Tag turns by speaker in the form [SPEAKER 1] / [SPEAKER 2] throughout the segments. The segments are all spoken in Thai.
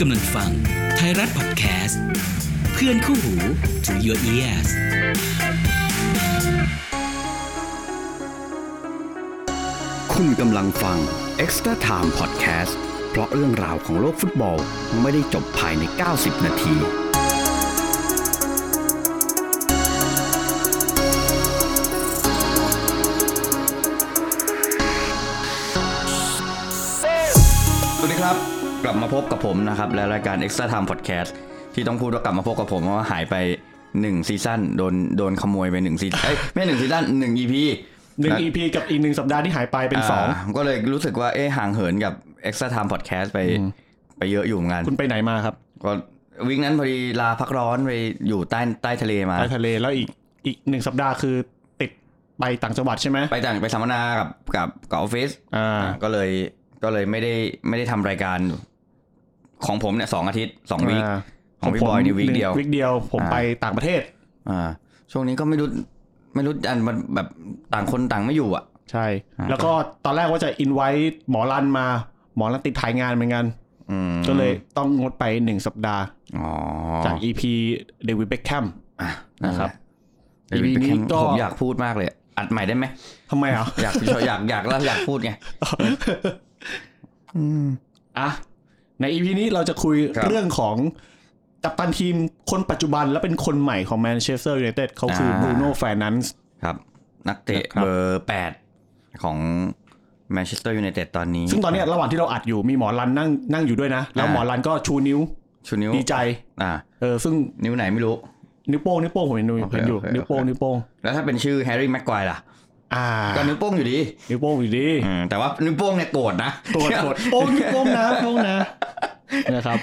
[SPEAKER 1] กำลังฟังไทยรัฐพอดแคสต์ เพื่อนคู่หู to your ears
[SPEAKER 2] คุณกำลังฟัง Extra Time Podcast เพราะเรื่องราวของโลกฟุตบอลไม่ได้จบภายใน 90 นาที สวัสดีครับ กลับมาพบกับผมนะครับ และรายการ Extra Time Podcast ที่ต้องพูดว่ากลับมาพบกับผมเพราะว่าหายไป 1 ซีซั่นโดนโดนขโมยไป 1 ซีซั่นเอ้ยไม่1ซีซั่น1 EP
[SPEAKER 3] หนึ่ง
[SPEAKER 2] นะ
[SPEAKER 3] EP กับอีกหนึ่งสัปดาห์ที่หายไปเป็นสอง
[SPEAKER 2] าก็เลยรู้สึกว่าเอ๊ะห่างเหินกับ Extra Time Podcast ไปไปเยอะอยู่เหมือนกัน
[SPEAKER 3] คุณไปไหนมาครับ
[SPEAKER 2] ก็วิกนั้นพอดีลาพักร้อนไปอยู่ใต้ใต้ทะเลมา
[SPEAKER 3] ไปทะเลแล้วอีกอีกหนึ่งสัปดาห์คือติดไปต่างจังหวัดใช่ไหม
[SPEAKER 2] ไปต่างไปสัมมนากับกับกับออฟฟิศ
[SPEAKER 3] อ่า
[SPEAKER 2] อ่าก็เลยก็เลยไม่ได้ไม่ได้ทำรายการของผมเนี่ยสองอาทิตย์สองวีค
[SPEAKER 3] า
[SPEAKER 2] ของพี่บอยนี่
[SPEAKER 3] ผม
[SPEAKER 2] วีคเดียว
[SPEAKER 3] วิกเดียวผม
[SPEAKER 2] อ่า
[SPEAKER 3] ไปต่างประเทศ
[SPEAKER 2] อ่าช่วงนี้ก็ไม่รู้ไม่รู้อันมันแบบต่างคนต่างไม่อยู่อ่ะ
[SPEAKER 3] ใช่
[SPEAKER 2] อ่า
[SPEAKER 3] แล้วก็ตอนแรกว่าจะอินไว้หมอรันมา หมอรันติดถ่ายงานเหมือนกัน
[SPEAKER 2] อืม
[SPEAKER 3] ก็เลยต้องงดไปหนึ่งสัปดาห์
[SPEAKER 2] อ๋อ
[SPEAKER 3] จาก EP เดวิดเบคแคม
[SPEAKER 2] อ่ะ
[SPEAKER 3] นะครับ
[SPEAKER 2] เดี๋ยวไปแข่ง
[SPEAKER 3] EP นี้ก็
[SPEAKER 2] ผมอยากพูดมากเลย อัดใหม่ได้ไหม
[SPEAKER 3] ทำไม อ่ะ
[SPEAKER 2] อยากอยากอยากแล้วอยากพูดไง
[SPEAKER 3] อ่ะใน EP นี้เราจะคุย
[SPEAKER 2] ครับ
[SPEAKER 3] เรื่องของกัปตันทีมคนปัจจุบันและเป็นคนใหม่ของแมนเชสเตอร์ยูไนเต็ดเขาคืออา บรูโน่แฟร์นันส์
[SPEAKER 2] ครับ นักเตะ
[SPEAKER 3] นะครับ
[SPEAKER 2] เบอร์แปดของแมนเชสเตอร์ยูไนเต็ดตอนนี้
[SPEAKER 3] ซึ่งตอนเนี้ยระหว่างที่เราอัดอยู่มีหมอรันนั่งนั่งอยู่ด้วยนะ แล้ว
[SPEAKER 2] อ่า
[SPEAKER 3] หมอรันก็ชูนิ้ว
[SPEAKER 2] ชูนิ้ว
[SPEAKER 3] ดีใจ
[SPEAKER 2] อ่า
[SPEAKER 3] เออซึ่ง
[SPEAKER 2] นิ้วไหนไม่รู้
[SPEAKER 3] นิ้วโป้งนิ้วโป้งผมเห็นอยู่
[SPEAKER 2] โอเค
[SPEAKER 3] เห็นอยู่
[SPEAKER 2] โอเค
[SPEAKER 3] นิ้วโป้ง
[SPEAKER 2] โอเค
[SPEAKER 3] นิ้วโป้ง
[SPEAKER 2] แล้วถ้าเป็นชื่อแฮร์รี่แม็กควายล่ะ
[SPEAKER 3] อ่า
[SPEAKER 2] ก็นิ้วโป้งอยู่ดี
[SPEAKER 3] นิ้วโป้งอยู่ ดี
[SPEAKER 2] อืมแต่ว่านิ้วโป้งเนี่ยโกรธนะ
[SPEAKER 3] ตรวจตรวจโป้งนิ้วโป้งนะโป้ง นะนะครับ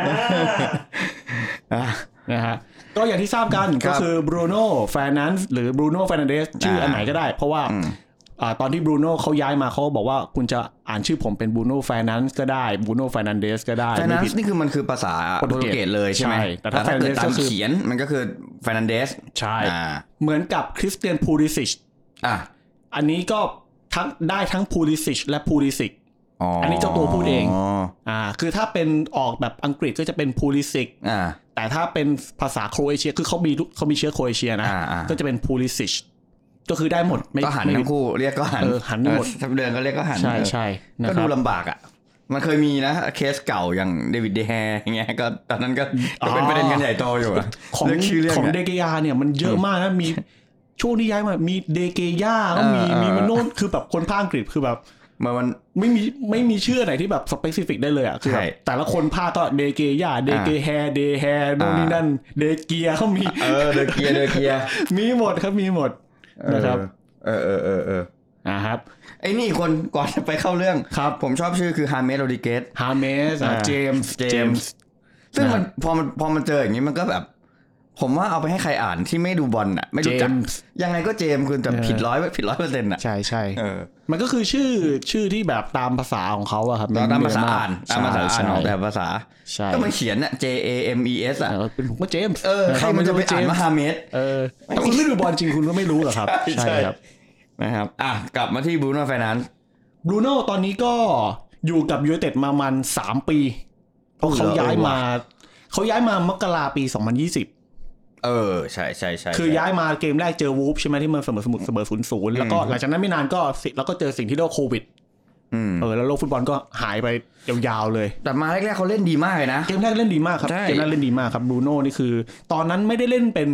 [SPEAKER 2] อ่ะ
[SPEAKER 3] นะฮะก็อย่างที่ทราบกัน
[SPEAKER 2] ครั
[SPEAKER 3] ก็
[SPEAKER 2] บ
[SPEAKER 3] คือบรูโน่แฟร์นันส์หรือบรูโน่แฟร์นันเดสชื่ออันไหนก็ได้ เพราะว่า
[SPEAKER 2] อืม
[SPEAKER 3] อ่าตอนที่บรูโน่เขาย้ายมาเขาบอกว่าคุณจะอ่านชื่อผมเป็นบรูโน่แฟร์นันส์ก็ได้บรูโน่แฟร์นันเดสก็ได้
[SPEAKER 2] ฟร์นั
[SPEAKER 3] ไม่
[SPEAKER 2] น
[SPEAKER 3] ผิด
[SPEAKER 2] ส์นี่คือมันคือภาษาโป
[SPEAKER 3] โป
[SPEAKER 2] ร
[SPEAKER 3] รตุ
[SPEAKER 2] ตุ
[SPEAKER 3] เกส
[SPEAKER 2] เกสเลยใช่ไหม
[SPEAKER 3] ใช่แต่ถ้า
[SPEAKER 2] เกิด
[SPEAKER 3] Fernandes
[SPEAKER 2] ตาม
[SPEAKER 3] ก็คือ
[SPEAKER 2] เขียนมันก็คือแฟร์นันเดส
[SPEAKER 3] ใช่
[SPEAKER 2] อ่า
[SPEAKER 3] เหมือนกับคริสเตียนพูลิซิช
[SPEAKER 2] อ่ะ
[SPEAKER 3] อันนี้ก็ทั้งได้ทั้งพูลิซิชและพูลิซิก
[SPEAKER 2] อ๋ออั
[SPEAKER 3] นนี้เจ้าตัวพูดเอง อ่าคือถ้าเป็นออกแบบอังกฤษก็จะเป็นพูลิซิก
[SPEAKER 2] อ่า
[SPEAKER 3] แต่ถ้าเป็นภาษาโครเอเชียคือเขามีลูกเขามีเชื้อโครเอเชียนะ
[SPEAKER 2] อ่าอ่า
[SPEAKER 3] ก็จะเป็นพูลิซิช ก็คือได้หมดไม่
[SPEAKER 2] ก็หัน
[SPEAKER 3] ไม่
[SPEAKER 2] ทั้งคู่เรียกก็หัน
[SPEAKER 3] เออหันหมด
[SPEAKER 2] เออถ้าเดินก็เรียกก็หัน
[SPEAKER 3] ใช่
[SPEAKER 2] เออ
[SPEAKER 3] ใช่นะ
[SPEAKER 2] ก็
[SPEAKER 3] ค
[SPEAKER 2] ดู
[SPEAKER 3] รับ
[SPEAKER 2] ลำบากอ่ะ มันเคยมีนะ เคสเก่าอย่างเดวิดเดแฮร์อย่างเงี้ยก็ตอนนั้นก็ก็เป็น
[SPEAKER 3] อ๋อ
[SPEAKER 2] ประเด็นกันใหญ่โตอยู่อะ
[SPEAKER 3] ของ
[SPEAKER 2] เรื่องชื่อเรื่อง
[SPEAKER 3] ของ
[SPEAKER 2] อะ
[SPEAKER 3] เดเกยาเนี่ยมันเยอะมากนะมีช่วงที่ย้ายมามีเดเกยาก็มี
[SPEAKER 2] เออเออ
[SPEAKER 3] มีมันโน่นคือแบบคนภาคอังกฤษคือแบบ
[SPEAKER 2] เหมื่อนมัน
[SPEAKER 3] ไม่มีไม่มีชื่อไหนที่แบบสเปซิฟิกได้เลยอ่ะคือแบบ
[SPEAKER 2] ใช่
[SPEAKER 3] แต่ละคนภาคก็เดเกยาเดเกแฮเดแฮโน่น
[SPEAKER 2] อ่า
[SPEAKER 3] นี่นั่นเดเกียเขามี
[SPEAKER 2] เออเดอะเกียร์เดอะเกียร์
[SPEAKER 3] มีหมดครับมีหมด
[SPEAKER 2] เออ
[SPEAKER 3] นะครับ
[SPEAKER 2] เออเออเออเออ
[SPEAKER 3] อ่าครับ
[SPEAKER 2] ไอ้นี่คนก่อนจะไปเข้าเรื่อง
[SPEAKER 3] ครับ
[SPEAKER 2] ผมชอบชื่อคือฮาร์เมสโรดิเกส
[SPEAKER 3] ฮาเมส
[SPEAKER 2] อ่า
[SPEAKER 3] เจมส์
[SPEAKER 2] James ซึ่งมันพอมันพอมันเจออย่างนี้มันก็แบบ ผมว่าเอาไปให้ใครอ่านที่ไม่ดูบอลอ่ะ ไม่
[SPEAKER 3] เจ
[SPEAKER 2] รู้จัก
[SPEAKER 3] มส์
[SPEAKER 2] ยังไงก็เจมส์คุณแต่ผิดร้อยผิดร้อยเปอร์เซ็นต์อ่ะ
[SPEAKER 3] ใช่ใช่
[SPEAKER 2] เออ
[SPEAKER 3] มันก็คือชื่อชื่อที่แบบตามภาษาของเขาอะครับ
[SPEAKER 2] ตอนตามภาษา
[SPEAKER 3] เยะ
[SPEAKER 2] อ่านตามภาษาอ่านออกแต่ภาษา
[SPEAKER 3] ใช่
[SPEAKER 2] ก็มันเขียนอ่ะ J A M E S อ่ะ
[SPEAKER 3] เออเป็นผมก็เจมส์
[SPEAKER 2] เออใครมันจะไปอ่านมหาเมตร
[SPEAKER 3] เออแต่คุณไม่ดูบอลจริงคุณก็ไม่รู้เหรอครับ
[SPEAKER 2] ใช่ นะครับ อ่ะ กลับมาที่บูโน่ไฟนันซ์
[SPEAKER 3] บรูโน่ตอนนี้ก็อยู่กับยูไนเต็ดมามันสามปีเพราะเขาย้ายมา เขาย้ายมามกราปี 2020
[SPEAKER 2] เออ ใช่ใช่ใช่
[SPEAKER 3] คือย้ายมาเกมแรกเจอวูฟใช่ไหมที่มันเสมอสมุดเสมอศูนย์ศูนย์แล้วก็หลังจากนั้นไม่นานก็สิแล้วก็เจอสิ่งที่เรียกว่าโควิด
[SPEAKER 2] อืม
[SPEAKER 3] เออแล้วโลกฟุตบอลก็หายไปยาวๆเลย
[SPEAKER 2] แต่มาแรกๆเขาเล่นดีมากเลยนะ
[SPEAKER 3] เกมแรกเล่นดีมากครับ
[SPEAKER 2] ใช่
[SPEAKER 3] เกมแรกเล่นดีมากครับบรูโน่นี่คือ ตอนนั้นไม่ได้เล่นเป็น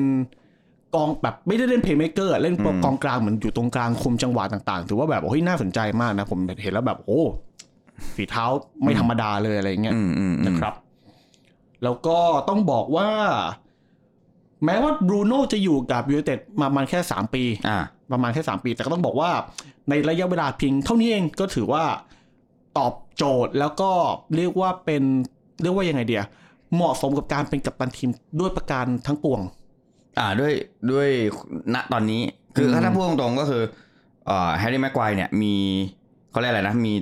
[SPEAKER 3] กองแบบไม่ได้เล่นเพลย์เมเกอร์เล่นกองกลางเหมือนอยู่ตรงกลางคุมจังหวะต่างๆ ถือว่าแบบโอ้ยน่าสนใจมากนะผมเห็นแล้วแบบโอ้ฝีเท้าไม่ธรรมดาเลยอะไรอย่างเงี้ย
[SPEAKER 2] อืมอืมอื
[SPEAKER 3] นะ
[SPEAKER 2] ม
[SPEAKER 3] ครับ แล้วก็ต้องบอกว่า แม้ว่าบรูโน่จะอยู่กับยูไนเต็ดมาประมาณแค่ 3 ปี
[SPEAKER 2] อ่ะ
[SPEAKER 3] ประมาณแค่ 3 ปี แต่ก็ต้องบอกว่า ในระยะเวลาเพียงเท่านี้เองก็ถือว่าตอบโจทย์แล้วก็เรียกว่าเป็นเรียกว่ายังไงเดียเหมาะสมกับการเป็นกัปตันทีมด้วยประการทั้งปวง
[SPEAKER 2] อ่าด้วยด้วยณตอนนี้ คือ
[SPEAKER 3] อืม
[SPEAKER 2] ถ้าพูดตรงๆก็คือเอ่อแฮร์รี่แม็กควายเนี่ยมีเขาเรียกอะไรนะ มี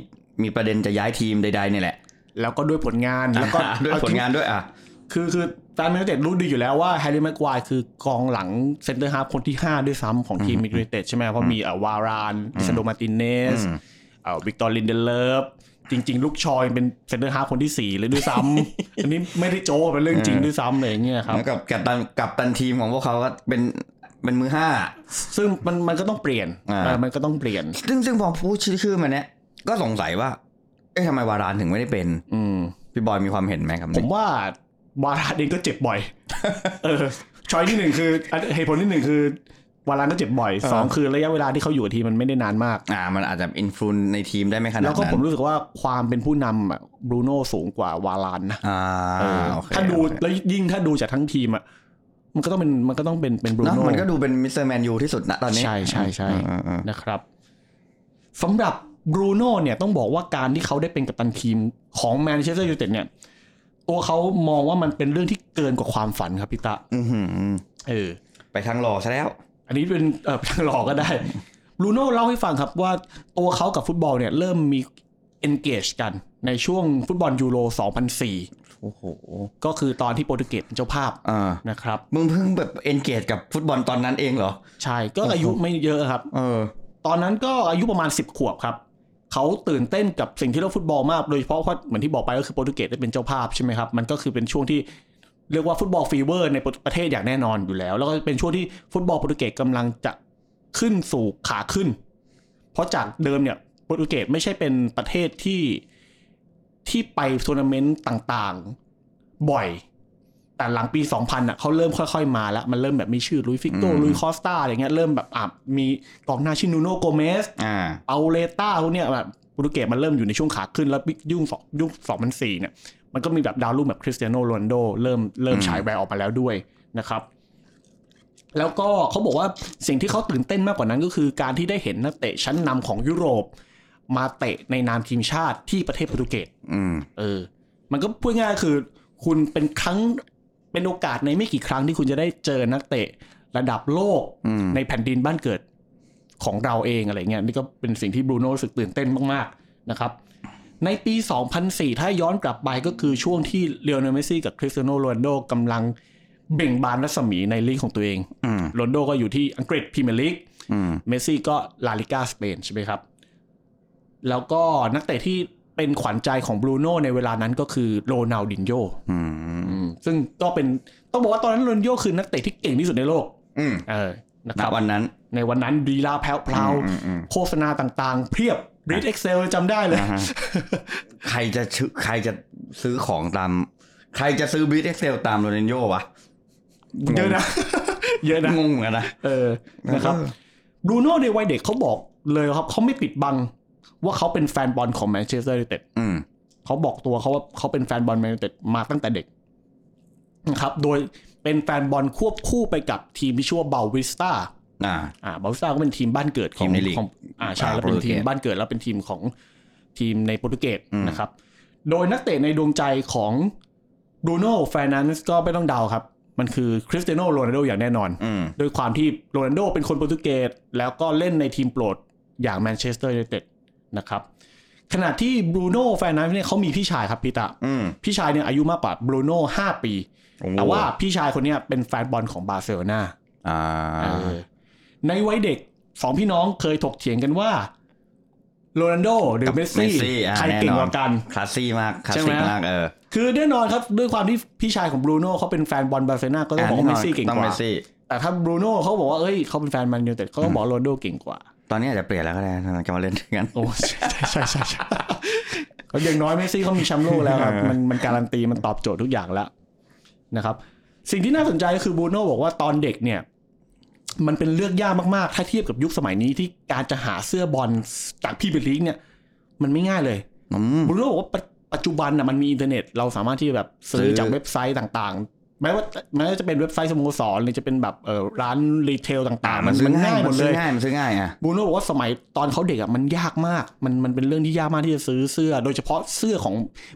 [SPEAKER 2] มีประเด็นจะย้ายทีมใดๆเนี่ยแหละ
[SPEAKER 3] แล้วก็ด้วยผลงานแล้วก็
[SPEAKER 2] อ่ะด้วยผลงานด้วยอ่ะ
[SPEAKER 3] คือคือแฟนแมนยูไนเต็ดรู้ดีอยู่แล้วว่าแฮร์รี่แม็กควายคือกองหลังเซนเตอร์ฮาร์ฟคนที่ 5 ด้วยซ้ำของทีมยูไนเต็ดใช่ไหมเพราะมีเอ่อวารานอิซานโดมาร์ตินเนส
[SPEAKER 2] อืม
[SPEAKER 3] เอ่อวิกตอร์ลินเดเลฟ จริง ๆ ลูกชอยเป็นเซนเตอร์ฮาร์ฟคนที่สี่เลยด้วยซ้ำ อันนี้ไม่ได้โจ้เป็นเรื่องจริงด้วยซ้ำอะไรอย่างเงี้ยครับ
[SPEAKER 2] แล้วกับกับตันกับตันทีมของพวกเขาก็เป็นเป็นมือห้า
[SPEAKER 3] ซึ่งมันมันก็ต้องเปลี่ยน
[SPEAKER 2] อ่า
[SPEAKER 3] เออมันก็ต้องเปลี่ยน
[SPEAKER 2] ซึ่งซึ่งพอพูดชื่อมันเนี้ยก็สงสัยว่า เอ๊ะทำไมวารานถึงไม่ได้เป็น
[SPEAKER 3] อืม
[SPEAKER 2] พี่บอยมีความเห็นไหมครับ
[SPEAKER 3] ผมว่าวาระเองก็เจ็บ บ่อย เออช้อยที่หนึ่งคืออันเหตุผลที่หนึ่งคือ วาระก็เจ็บบ่อยสองคือระยะเวลาที่เขาอยู่กับทีมมันไม่ได้นานมาก
[SPEAKER 2] อ่า มันอาจจะอินฟลูในทีมได้ไม่ขนาด
[SPEAKER 3] แล้วก็
[SPEAKER 2] นั้
[SPEAKER 3] ผม
[SPEAKER 2] น
[SPEAKER 3] รู้สึกว่าความเป็นผู้นำอะบรูโน่สูงกว่าวาลานนะ
[SPEAKER 2] อ่า
[SPEAKER 3] เออ
[SPEAKER 2] โอเค
[SPEAKER 3] ถ้าดู
[SPEAKER 2] โอเค
[SPEAKER 3] แล้วยิ่งถ้าดูจากทั้งทีมอ่ะมันก็ต้องเป็นมันก็ต้องเป็นเป็นบรู
[SPEAKER 2] เนอะ
[SPEAKER 3] โน่
[SPEAKER 2] มันก็ดูเป็นมิสเตอร์แมนยูที่สุดนะตอนนี้
[SPEAKER 3] ใช่ใช่ใช่
[SPEAKER 2] อืมอืมอืม
[SPEAKER 3] นะครับสำหรับบรูโน่เนี่ยต้องบอกว่าการที่เขาได้เป็นกัปตันทีมของแมนเชสเตอร์ยูไนเต็ดเนี่ย ตัวเขามองว่ามันเป็นเรื่องที่เกินกว่าความฝันครับพี่ตะ
[SPEAKER 2] อื้อหือ
[SPEAKER 3] เออ
[SPEAKER 2] ไปทางหล่อซะแล้ว
[SPEAKER 3] อันนี้ เป็นเออทางหลอกก็ได้ บรูโน่เล่าให้ฟังครับว่าตัวเขากับฟุตบอลเนี่ยเริ่มมี engage กันในช่วงฟุตบอลยูโร 2004
[SPEAKER 2] โอ้โห
[SPEAKER 3] ก็คือตอนที่โปรตุเกสเป็นเจ้าภาพ
[SPEAKER 2] อ่า
[SPEAKER 3] นะครับ
[SPEAKER 2] มึงเพิ่งแบบเอนเกจกับฟุตบอลตอนนั้นเองเหรอ
[SPEAKER 3] ใช่ก็อายุไม่เยอะครับ
[SPEAKER 2] เออ
[SPEAKER 3] ตอนนั้นก็อายุประมาณ 10 ขวบครับ เขาตื่นเต้นกับสิ่งที่เรียกว่าฟุตบอลมาก โดยเฉพาะเพราะเหมือนที่บอกไปก็คือโปรตุเกสได้เป็นเจ้าภาพใช่ไหมครับ มันก็คือเป็นช่วงที่เรียกว่าฟุตบอลฟีเวอร์ในประเทศอย่างแน่นอนอยู่แล้ว แล้วก็เป็นช่วงที่ฟุตบอลโปรตุเกสกำลังจะขึ้นสู่ขาขึ้น เพราะจากเดิมเนี่ยโปรตุเกสไม่ใช่เป็นประเทศที่ที่ไปทัวร์นาเมนต์ต่างๆบ่อย แต่หลังปี 2000อ่ะเขาเริ่มค่อยๆมาแล้ว มันเริ่มแบบมีชื่อลุยฟิกโก
[SPEAKER 2] อืม
[SPEAKER 3] ลุยคอสตาอะไรเงี้ยเริ่มแบบอ่ะมีกองหน้าชื่อนูโนโกเมส
[SPEAKER 2] อ่า
[SPEAKER 3] เอาเลต้าพวกเนี้ยแบบโปรตุเกสมันเริ่มอยู่ในช่วงขาขึ้นแล้วยุคสองยุคสองพันสี่เนี่ยมันก็มีแบบดาวรุ่งแบบคริสเตียโนโรนลโดเริ่มเริ่ม
[SPEAKER 2] อืม
[SPEAKER 3] ฉายแววออกมาแล้วด้วยนะครับ แล้วก็เขาบอกว่าสิ่งที่เขาตื่นเต้นมากกว่านั้นก็คือการที่ได้เห็นนักเตะชั้นนำของยุโรป มาเตะในนามทีมชาติที่ประเทศโปรตุเกส
[SPEAKER 2] อืม
[SPEAKER 3] เออ มันก็พูดง่ายๆคือ คุณเป็นครั้งเป็นโอกาสในไม่กี่ครั้งที่คุณจะได้เจอนักเตะระดับโลก
[SPEAKER 2] อืม
[SPEAKER 3] ในแผ่นดินบ้านเกิดของเราเองอะไรเงี้ยนี่ก็เป็นสิ่งที่บรูโน่รู้สึกตื่นเต้นมากๆนะครับ ในปี 2004 ถ้าย้อนกลับไปก็คือช่วงที่เลโอนัลเมสซี่กับคริสเตียโนโรนลโดกำลังเบ่งบานรัศมีในลีกของตัวเอง
[SPEAKER 2] อืม
[SPEAKER 3] โรนลโดก็อยู่ที่อังกฤษพรีเมียร์ลีก
[SPEAKER 2] อืม
[SPEAKER 3] เมสซี่ก็ลาลิกาสเปนใช่ไหมครับ แล้วก็นักเตะที่เป็นขวัญใจของบรูโน่ในเวลานั้นก็คือโรนัลดินโญ
[SPEAKER 2] อืม
[SPEAKER 3] อืมซึ่งก็เป็นต้องบอกว่าตอนนั้นโรนัลดินโญคือนักเตะที่เก่งที่สุดในโลก
[SPEAKER 2] อืม
[SPEAKER 3] เออ นะ
[SPEAKER 2] ณ
[SPEAKER 3] ครับ
[SPEAKER 2] วันนั้น
[SPEAKER 3] ในวันนั้นดีลาแพลวพลาว
[SPEAKER 2] อืมอืมอืม
[SPEAKER 3] โฆษณาต่างๆ เพียบรีดเอ็กเซลจำได้เลย
[SPEAKER 2] อ่าฮะ ใครจะชื่อใครจะซื้อของตาม ใครจะซื้อบริทเอ็กเซลตามโรนัลโญ่วะ
[SPEAKER 3] เยอะนะ เยอะนะ
[SPEAKER 2] งงเหมือนกันนะ
[SPEAKER 3] เออ นะครับ
[SPEAKER 2] เออ
[SPEAKER 3] บรูโน่ในวัยเด็กเขาบอกเลยครับเขาไม่ปิดบังว่าเขาเป็นแฟนบอลของแมนเชสเตอร์ยูไนเต็ด
[SPEAKER 2] อืม
[SPEAKER 3] เขาบอกตัวเขาว่าเขาเป็นแฟนบอลแมนยูไนเต็ดมาตั้งแต่เด็กนะครับ โดยเป็นแฟนบอลควบคู่ไปกับทีมที่ชื่อว่าเบลวิสตา
[SPEAKER 2] อ่า
[SPEAKER 3] อ่าเบลวิสตาก็เป็นทีมบ้านเกิดขอ
[SPEAKER 2] ที
[SPEAKER 3] ง
[SPEAKER 2] มในลีก
[SPEAKER 3] ของอ่าใช่
[SPEAKER 2] อ่า
[SPEAKER 3] แล้วเป็น
[SPEAKER 2] โปรตุเกส
[SPEAKER 3] ทีมบ้านเกิดแล้วเป็นทีมของทีมในโปรตุเกสนะครับ โดยนักเตะในดวงใจของบรูโน่แฟนันส์ก็ไม่ต้องเดาครับ มันคือคริสเตียโนโรนัลโดอย่างแน่นอน
[SPEAKER 2] อืม
[SPEAKER 3] ด้วยความที่โรนัลโดเป็นคนโปรตุเกสแล้วก็เล่นในทีมโปรดอย่างแมนเชสเตอร์ยูไนเต็ดนะครับขณะที่บรูโน่แฟร์นันเดสเนี่ยเขามีพี่ชายครับพี่ตะ
[SPEAKER 2] อืม
[SPEAKER 3] พี่ชายเนี่ยอายุมากกว่าบรูโน่ห้าปี
[SPEAKER 2] โอ้โห
[SPEAKER 3] แต่ว่าพี่ชายคนเนี้ยเป็นแฟนบอลของบาร์เซโลนา
[SPEAKER 2] อ่า
[SPEAKER 3] เออในวัยเด็กสองพี่น้องเคยถกเถียงกันว่าโรนัลโดหรือ
[SPEAKER 2] กับ
[SPEAKER 3] เมสซี่
[SPEAKER 2] เมสซี่อ่ะ
[SPEAKER 3] ใคร
[SPEAKER 2] แน่นอน
[SPEAKER 3] เก่งกว่ากัน
[SPEAKER 2] คลาสซี่มากคลาส
[SPEAKER 3] ใช่ไหม
[SPEAKER 2] สิกมากเออ
[SPEAKER 3] คือแน่นอนครับด้วยความที่พี่ชายของบรูโน่เขาเป็นแฟนบอลบาร์เซโลนาก็ต้องบอกว่าเมสซี่เก่ง
[SPEAKER 2] ต้อง
[SPEAKER 3] ก
[SPEAKER 2] เม
[SPEAKER 3] ว่า
[SPEAKER 2] สซี่
[SPEAKER 3] แต่ถ้าบรูโน่เขาบอกว่าเอ้ยเขาเป็นแฟนแมันยูไนเต็ดเขาก็บอกโรนลโดเก่งกว่า
[SPEAKER 2] ตอนนี้อาจจะเปลี่ยนแล้วก็ได้ทำไมจะมาเล่นด้วยกัน
[SPEAKER 3] โอ้ใช่ใช่ใช่ใช่เขาอย่างน้อยเมสซี่เขามีแชมป์โลกแล้วครับ มันมันการันตีมันตอบโจทย์ทุกอย่างแล้วนะครับ สิ่งที่น่าสนใจก็คือบรูโน่บอกว่าตอนเด็กเนี่ย มันเป็นเลือกยากมาก ๆ ถ้าเทียบกับยุคสมัยนี้ที่การจะหาเสื้อบอลจากพรี่เบลีกเนี่ย มันไม่ง่ายเลย
[SPEAKER 2] อืม
[SPEAKER 3] บรูโน่บอกว่าปัจปัจจุบันน่ะมันมีอินเทอร์เน็ตเราสามารถที่แบบซื้
[SPEAKER 2] ซื้
[SPEAKER 3] อ
[SPEAKER 2] อ
[SPEAKER 3] จากเว็บไซต์ต่างๆแม้ว่าแม้ว่าจะเป็นเว็บไซต์สโมสรหรือจะเป็นแบบเอ่อร้านรีเทลต่างๆ
[SPEAKER 2] มั
[SPEAKER 3] มันน
[SPEAKER 2] ซื้
[SPEAKER 3] มั
[SPEAKER 2] อน ง่า
[SPEAKER 3] ง่าย ย
[SPEAKER 2] ห
[SPEAKER 3] ห
[SPEAKER 2] ม
[SPEAKER 3] ม
[SPEAKER 2] ด
[SPEAKER 3] ด
[SPEAKER 2] เล
[SPEAKER 3] เลยย
[SPEAKER 2] ง่ายมันซื้อง่ายอ่ะ
[SPEAKER 3] บรูโน่บอกว่าสมัยตอนเขาเด็กอ่ะมันยากมาก มันมันเป็นเรื่องที่ยากมากที่จะซื้อเสื้อ โดยเฉพาะเสื้อของ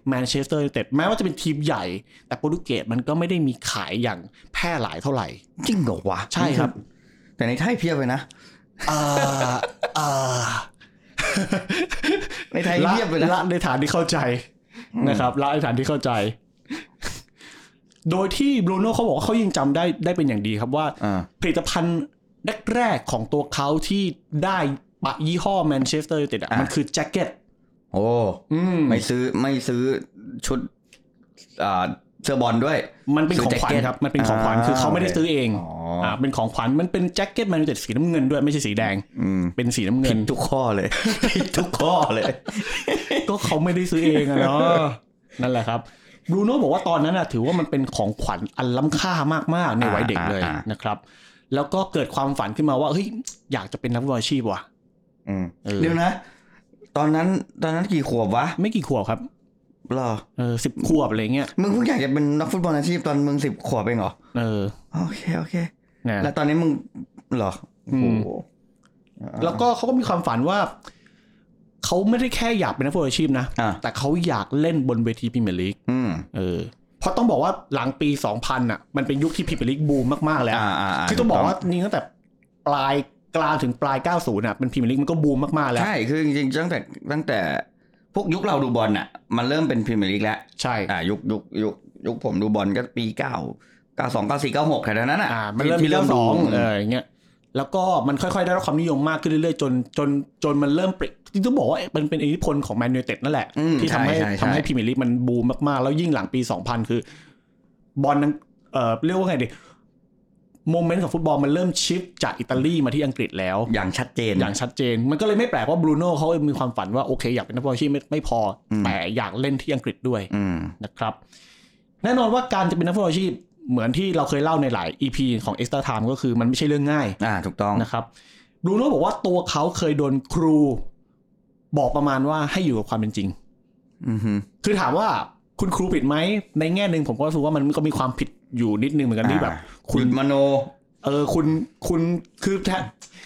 [SPEAKER 3] แมนเชสเตอร์ยูไนเต็ดแม้ว่าจะเป็นทีมใหญ่ แต่โปรตุเกสมันก็ไม่ได้มีขายอย่างแพร่หลายเท่าไหร่
[SPEAKER 2] จริงเหรอวะ
[SPEAKER 3] ใช่ครับ
[SPEAKER 2] แต่ในไทยเพียบเลยนะ
[SPEAKER 3] อ่าอ่า
[SPEAKER 2] ในไทย
[SPEAKER 3] ละ
[SPEAKER 2] เพียบเลยนะ
[SPEAKER 3] ละในฐานที่เข้าใจนะครับละในฐานที่เข้าใจ โดยที่บรูโน่เขาบอกว่าเขายังจำได้ได้เป็นอย่างดีครับว่า
[SPEAKER 2] อ่า
[SPEAKER 3] ผลิตภัณฑ์แรกๆของตัวเขาที่ได้ปะยี่ห้อแมนเชสเตอร์ยูไนเต็ดอะ
[SPEAKER 2] อ่ะ
[SPEAKER 3] มันคือแจ็คเก็ต
[SPEAKER 2] โ โอ้
[SPEAKER 3] อืม
[SPEAKER 2] ไม่ซื้อไม่ซื้อชุดอ่าเสื้อบอลด้วย
[SPEAKER 3] มันเป็น
[SPEAKER 2] ซื้
[SPEAKER 3] ข
[SPEAKER 2] อ
[SPEAKER 3] องขวั
[SPEAKER 2] แจ็ค
[SPEAKER 3] ญ
[SPEAKER 2] เก็ต
[SPEAKER 3] ครับมันเป็นของขวัญ
[SPEAKER 2] อ่า
[SPEAKER 3] คือเขาไม่ได้ซื้อเอง
[SPEAKER 2] อ๋ออ่
[SPEAKER 3] ่าเป็นของขวัญมันเป็นแจ็คเก็ตแมนยูไนเต็ดสีน้ำเงินด้วยไม่ใช่สีแดง
[SPEAKER 2] อืม
[SPEAKER 3] เป็นสีน้ำเงิ
[SPEAKER 2] ผิ
[SPEAKER 3] น
[SPEAKER 2] ดทุกข้อเลย ผิดทุกข้อเลย
[SPEAKER 3] ก็เขาไม่ได้ซื้อเองอะเนาะนั่นแหละครับบรูโน่บอกว่าตอนนั้นน่ะถือว่ามันเป็นของขวัญอันล้ำค่ามากๆในวัยเด็กเลย
[SPEAKER 2] อ่าอ่าอ่าน
[SPEAKER 3] นะครับ แล้วก็เกิดความฝันขึ้นมาว่าเฮ้ยอยากจะเป็นนักฟุตบอลอาชีพว่ะ
[SPEAKER 2] อืม
[SPEAKER 3] เออ
[SPEAKER 2] เดี๋ยวนะ ตอนนั้นตอนนั้นกี่ขวบวะ
[SPEAKER 3] ไม่กี่ขวบครับ
[SPEAKER 2] เหรอ
[SPEAKER 3] เออสิบขวบอะไรเงี้ย
[SPEAKER 2] มึงเพิ่งอยากจะเป็นนักฟุตบอลอาชีพตอนมึงสิบขวบเองเหรอ
[SPEAKER 3] เออ
[SPEAKER 2] โอเคโอเค
[SPEAKER 3] นะ
[SPEAKER 2] แล้วตอนนี้มึงเหรอโอ้โห
[SPEAKER 3] แล้วก็เขาก็มีความฝันว่า เขาไม่ได้แค่อยากเป็นนักฟุตบอลอาชีพนะ
[SPEAKER 2] อ่ะ
[SPEAKER 3] แต่เขาอยากเล่นบนเวทีพรีเมียร์ลีก
[SPEAKER 2] อืม
[SPEAKER 3] เออเพราะต้องบอกว่าหลังปี 2000อ่ะ มันเป็นยุคที่พรีเมียร์ลีกบูมมาก ๆ แล้ว
[SPEAKER 2] อ่าอ่า
[SPEAKER 3] คือต้องบอกว่านี่ตั้งแต่ปลายกลางถึงปลาย 90อ่ะเป็นพรีเมียร์ลีกมันก็บูมมาก ๆ แล้ว
[SPEAKER 2] ใช่คือจริงๆตั้งแต่ตั้งแต่พวกยุคเราดูบอลน่ะ มันเริ่มเป็นพรีเมียร์ลีกแล้ว
[SPEAKER 3] ใช่
[SPEAKER 2] อ่ายุคยุคยุคยุคผมดูบอลก็ปีเก้าเก้าสองเก้าสี่เก้าหกแถวนั้นอ่ะ
[SPEAKER 3] อ่า มันเริ่มมี
[SPEAKER 2] ที่
[SPEAKER 3] เรื่องสอง
[SPEAKER 2] ดู
[SPEAKER 3] เอออย่างเงี้ยแล้วก็มันค่อย ๆ ได้รับความนิยมมากขึ้นเรื่อย ๆ จนจนจนมันเริ่มเปลี่ยนจริงๆต้องบอกว่ามันเป็นอิทธิพลของแมนยูไนเต็ดนั่นแหละ
[SPEAKER 2] ม
[SPEAKER 3] ที่ทำให้
[SPEAKER 2] ช่ช่
[SPEAKER 3] ทำให้พ
[SPEAKER 2] ช่
[SPEAKER 3] รีเมียร์ลีกมันบูมมาก ๆ แล้วยิ่งหลังปี 2000 คือบอลนั้นเอ่อเรียกว่าไงดีโมเมนต์ของฟุตบอลมันเริ่มชิฟจากอิตาลีมาที่อังกฤษแล้ว
[SPEAKER 2] อย่างชัดเจน
[SPEAKER 3] อย่างชัดเจน มันก็เลยไม่แปลกว่าบรูโน่เขามีความฝันว่าโอเคอยากเป็นนักบอลอาชีพไม่ไม่พออ
[SPEAKER 2] ม
[SPEAKER 3] แต่อยากเล่นที่อังกฤษด้วย
[SPEAKER 2] อืม
[SPEAKER 3] นะครับ แน่นอนว่าการจะเป็นนักฟุตบอลอาชีพเหมือนที่เราเคยเล่าในหลาย EP ของ Extra Time ก็คือมันไม่ใช่เรื่องง่าย
[SPEAKER 2] อ่า ถูกต้อง
[SPEAKER 3] นะครับบรูโน่บอกว่าตัวเขาเคยโดนครูบอกประมาณว่าให้อยู่กับความเป็นจริง
[SPEAKER 2] อือฮึ
[SPEAKER 3] คือถามว่าคุณครูผิดไหมในแง่หนึ่งผมก็รู้สึกว่ามันก็มีความผิดอยู่นิดนึงเหมือนกันที่
[SPEAKER 2] อ่า
[SPEAKER 3] แบบ
[SPEAKER 2] คุ
[SPEAKER 3] คุณ ณ
[SPEAKER 2] มโน
[SPEAKER 3] เออคุณคุณคือแท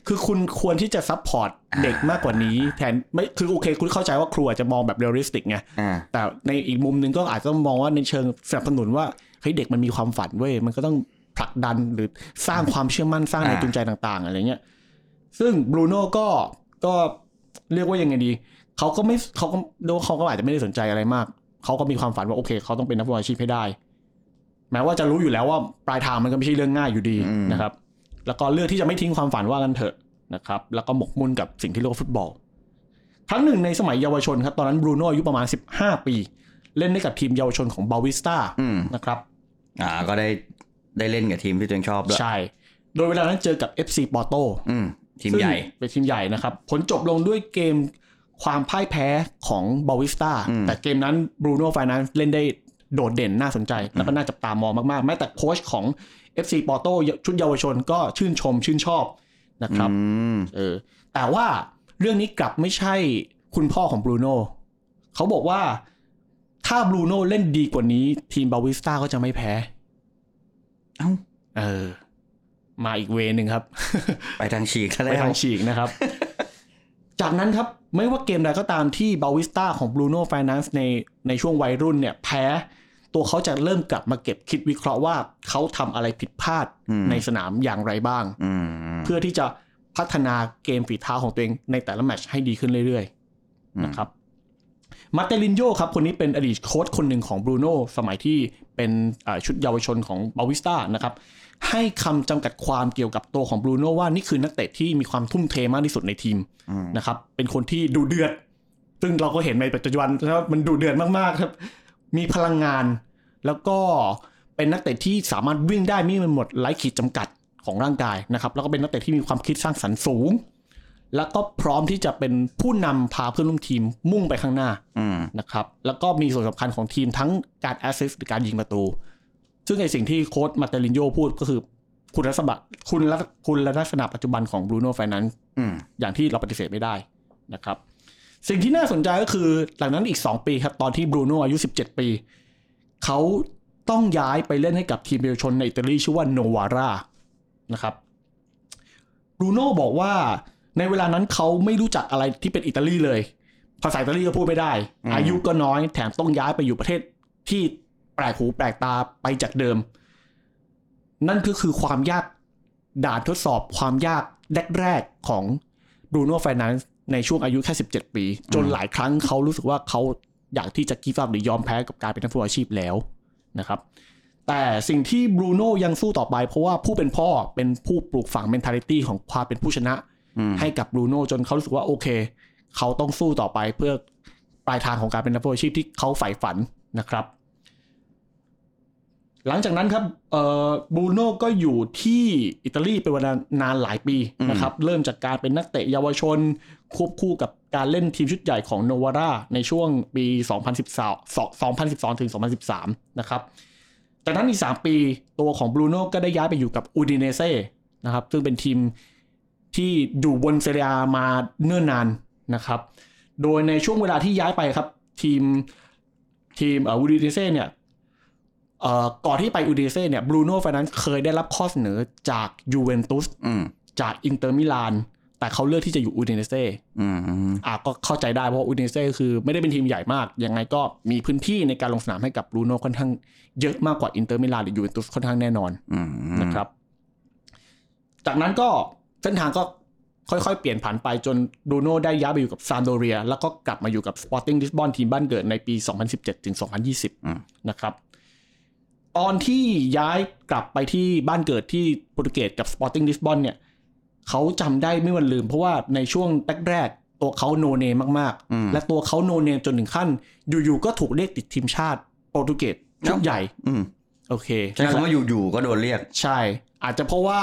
[SPEAKER 3] คือคุณควรที่จะซัพพอร์ตเด็กมากกว่านี้ แทนไม่คือโอเค คุณเข้าใจว่าครูอาจจะมองแบบเรียลลิสติกไง
[SPEAKER 2] อ่า
[SPEAKER 3] แต่ในอีกมุมหนึ่งก็อาจจะมองว่าในเชิงสนับสนุนว่าเฮ้ยเด็กมันมีความฝันเว้ยมันก็ต้องผลักดันหรือสร้างความเชื่อมั่นสร้างแรง
[SPEAKER 2] อ่า
[SPEAKER 3] จูงใจต่างๆอะไรเงี้ยซึ่งบรูโน่ก็ก็เรียกว่ายังไงดี เขาก็ไม่เขาก็ดูเขาก็อาจจะไม่ได้สนใจอะไรมาก เขาก็มีความฝันว่าโอเค เขาต้องเป็นนักฟุตบอลอาชีพให้ได้ แม้ว่าจะรู้อยู่แล้วว่าปลายทางมันก็ไม่ใช่เรื่องง่ายอยู่ดี
[SPEAKER 2] อืม
[SPEAKER 3] นะครับ แล้วก็เลือกที่จะไม่ทิ้งความฝันว่ากันเถอะนะครับ แล้วก็หมกมุ่นกับสิ่งที่เรียกว่าฟุตบอล ครั้งหนึ่งในสมัยเยาวชนครับ ตอนนั้นบรูโน่อายุประมาณ 15 ปี เล่นได้กับทีมเยาวชนของบาวิสตา
[SPEAKER 2] อืม
[SPEAKER 3] นะครับ
[SPEAKER 2] อ่า ก็ได้ได้เล่นกับทีมที่ตัวเองชอบด้วย
[SPEAKER 3] ใช่ โดยเวลานั้นเจอกับ FC ปอร์โต
[SPEAKER 2] อืม ทีมใหญ่
[SPEAKER 3] ซึ่งเป็นทีมใหญ่นะครับ ผลจบลงด้วยเกมความพ่ายแพ้ของบาวิสตา
[SPEAKER 2] อืม
[SPEAKER 3] แต่เกมนั้นบรูโน่ไฟนันเล่นได้โดดเด่นน่าสนใจ แล้วก็น่าจับตามองมากๆ แม้แต่โค้ชของ FC ปอร์โตชุดเยาวชนก็ชื่นชมชื่นชอบนะครับ
[SPEAKER 2] อืม
[SPEAKER 3] เออแต่ว่าเรื่องนี้กลับไม่ใช่คุณพ่อของบรูโน่เขาบอกว่าถ้าบรูโน่เล่นดีกว่านี้ ทีมบาวิสตาก็จะไม่แพ้
[SPEAKER 2] เอ้า
[SPEAKER 3] เออมาอีกเวนึงครับ
[SPEAKER 2] ไปทางฉีกซะ
[SPEAKER 3] ไป
[SPEAKER 2] แล้ว
[SPEAKER 3] ทางฉีกนะครับ จากนั้นครับ ไม่ว่าเกมใดก็ตามที่บาวิสต้าของบรูโน่ไฟนันซ์ในในช่วงวัยรุ่นเนี่ยแพ้ ตัวเขาจะเริ่มกลับมาเก็บคิดวิเคราะห์ว่าเขาทำอะไรผิดพลาดในสนามอย่างไรบ้าง
[SPEAKER 2] อืม
[SPEAKER 3] เพื่อที่จะพัฒนาเกมฝีเท้าของตัวเองในแต่ละแมตช์ให้ดีขึ้นเรื่อย
[SPEAKER 2] อืม
[SPEAKER 3] ๆนะครับมาเตลินโยครับคนนี้เป็นอดีตโค้ชคนหนึ่งของบรูโน่สมัยที่เป็นอ่าชุดเยาวชนของบาวิสต้านะครับ ให้คำจำกัดความเกี่ยวกับตัวของบรูโน่ว่านี่คือนักเตะที่มีความทุ่มเทมากที่สุดในทีม
[SPEAKER 2] อืม
[SPEAKER 3] นะครับ เป็นคนที่ดูเดือด ซึ่งเราก็เห็นในปัจจุบันนะครับมันดูเดือดมากๆครับ มีพลังงาน แล้วก็เป็นนักเตะที่สามารถวิ่งได้ไม่มีหมดไร้ขีดจำกัดของร่างกายนะครับ แล้วก็เป็นนักเตะที่มีความคิดสร้างสรรค์สูง แล้วก็พร้อมที่จะเป็นผู้นำพาเพื่อนร่วมทีมมุ่งไปข้างหน้า
[SPEAKER 2] อืม
[SPEAKER 3] นะครับแล้วก็มีส่วนสำคัญของทีมทั้งการแอสซิสต์หรือการยิงประตู ซึ่งในสิ่งที่โค้ชมาเตลินโยพูดก็คือคุณลักษณะคุณลักษคุณลักษณะปัจจุบันของบรูโน่ไฟนันซ์
[SPEAKER 2] อืม
[SPEAKER 3] อย่างที่เราปฏิเสธไม่ได้นะครับ สิ่งที่น่าสนใจก็คือหลังนั้นอีก 2 ปีครับ ตอนที่บรูโน่อายุ 17 ปี เขาต้องย้ายไปเล่นให้กับทีมเยาวชนในอิตาลีชื่อว่าโนวาร่านะครับบรูโน่บอกว่าในเวลานั้นเขาไม่รู้จักอะไรที่เป็นอิตาลีเลย ภาษาอิตาลีก็พูดไม่ได้
[SPEAKER 2] อืม
[SPEAKER 3] อายุก็น้อยแถมต้องย้ายไปอยู่ประเทศที่แปลกหูแปลกตาไปจากเดิม นั่นก็คือความยากด่านทดสอบความยากแรกๆของบรูโน่ไฟนันซ์ในช่วงอายุแค่ 17 ปี จนหลายครั้งเขารู้สึกว่าเขาอยากที่จะกีฟับหรือยอมแพ้กับการเป็นนักฟุตบอลอาชีพแล้วนะครับ แต่สิ่งที่บรูโน่ยังสู้ต่อไปเพราะว่าผู้เป็นพ่อเป็นผู้ปลูกฝัง mentality ของความเป็นผู้ชนะ
[SPEAKER 2] อืม
[SPEAKER 3] ให้กับบรูโน่จนเขารู้สึกว่าโอเค เขาต้องสู้ต่อไปเพื่อ ปลายทางของการเป็นนักฟุตบอลอาชีพที่เขาใฝ่ฝันนะครับ หลังจากนั้นครับเอ่อบรูโน่ก็อยู่ที่อิตาลีเป็นเวลานานหลายปีนะครับ เริ่มจากการเป็นนักเตะเยาวชน ควบคู่กับการเล่นทีมชุดใหญ่ของโนวาร่าในช่วงปี 2012 2012ถึง2013 นะครับ จากนั้นอีก 3 ปีตัวของบรูโน่ก็ได้ย้ายไปอยู่กับอูดิเนเซ่นะครับ ซึ่งเป็นทีมที่อยู่บนเซเรียมาเนิ่นนานนะครับ โดยในช่วงเวลาที่ย้ายไปครับ ทีมทีมอูดิเนเซ่อ Udinese เนี่ย เอ่อก่อนที่ไปอูดิเซ่เนี่ยบรูโน่ฟ r นัน z เคยได้รับข้อเสนอจากยูเวนตุส
[SPEAKER 2] อืม
[SPEAKER 3] จากอินเตอร์มิลานแต่เขาเลือกที่จะอยู่อูดิเนเซ่
[SPEAKER 2] อืม
[SPEAKER 3] อ่ะก็เข้าใจได้เพราะอูดิเนเซ่คือไม่ได้เป็นทีมใหญ่มาก ยังไงก็มีพื้นที่ในการลงสนามให้กับบรูโน่ค่อนข้างเยอะมากกว่าอินเตอร์มิลานหรือยูเวนตุสค่อนข้างแน่นอน
[SPEAKER 2] อืม
[SPEAKER 3] นะครับ จากนั้นก็เส้นทางก็ค่อยๆ เปลี่ยนผันไปจนบรูโน่ได้ย้ายไปอยู่กับซานโดเรีย แล้วก็กลับมาอยู่กับสปอร์ติ้งลิสบอนทีมบ้านเกิดในปี 2017 ถึง 2020 นะครับ ตอนที่ย้ายกลับไปที่บ้านเกิดที่โปรตุเกสกับสปอร์ติ้งลิสบอนเนี่ยเขาจำได้ไม่วันลืม เพราะว่าในช่วงแรกๆตัวเขาโนเนมมากๆ และตัวเขาโนเนมจนถึงขั้น อยู่ๆก็ถูกเรียกติดทีมชาติโปรตุเกสชุดใหญ่
[SPEAKER 2] อืม
[SPEAKER 3] โอเค
[SPEAKER 2] ใช้คำว่าอยู่ๆก็โดนเรียก
[SPEAKER 3] ใช่ อาจจะเพราะว่า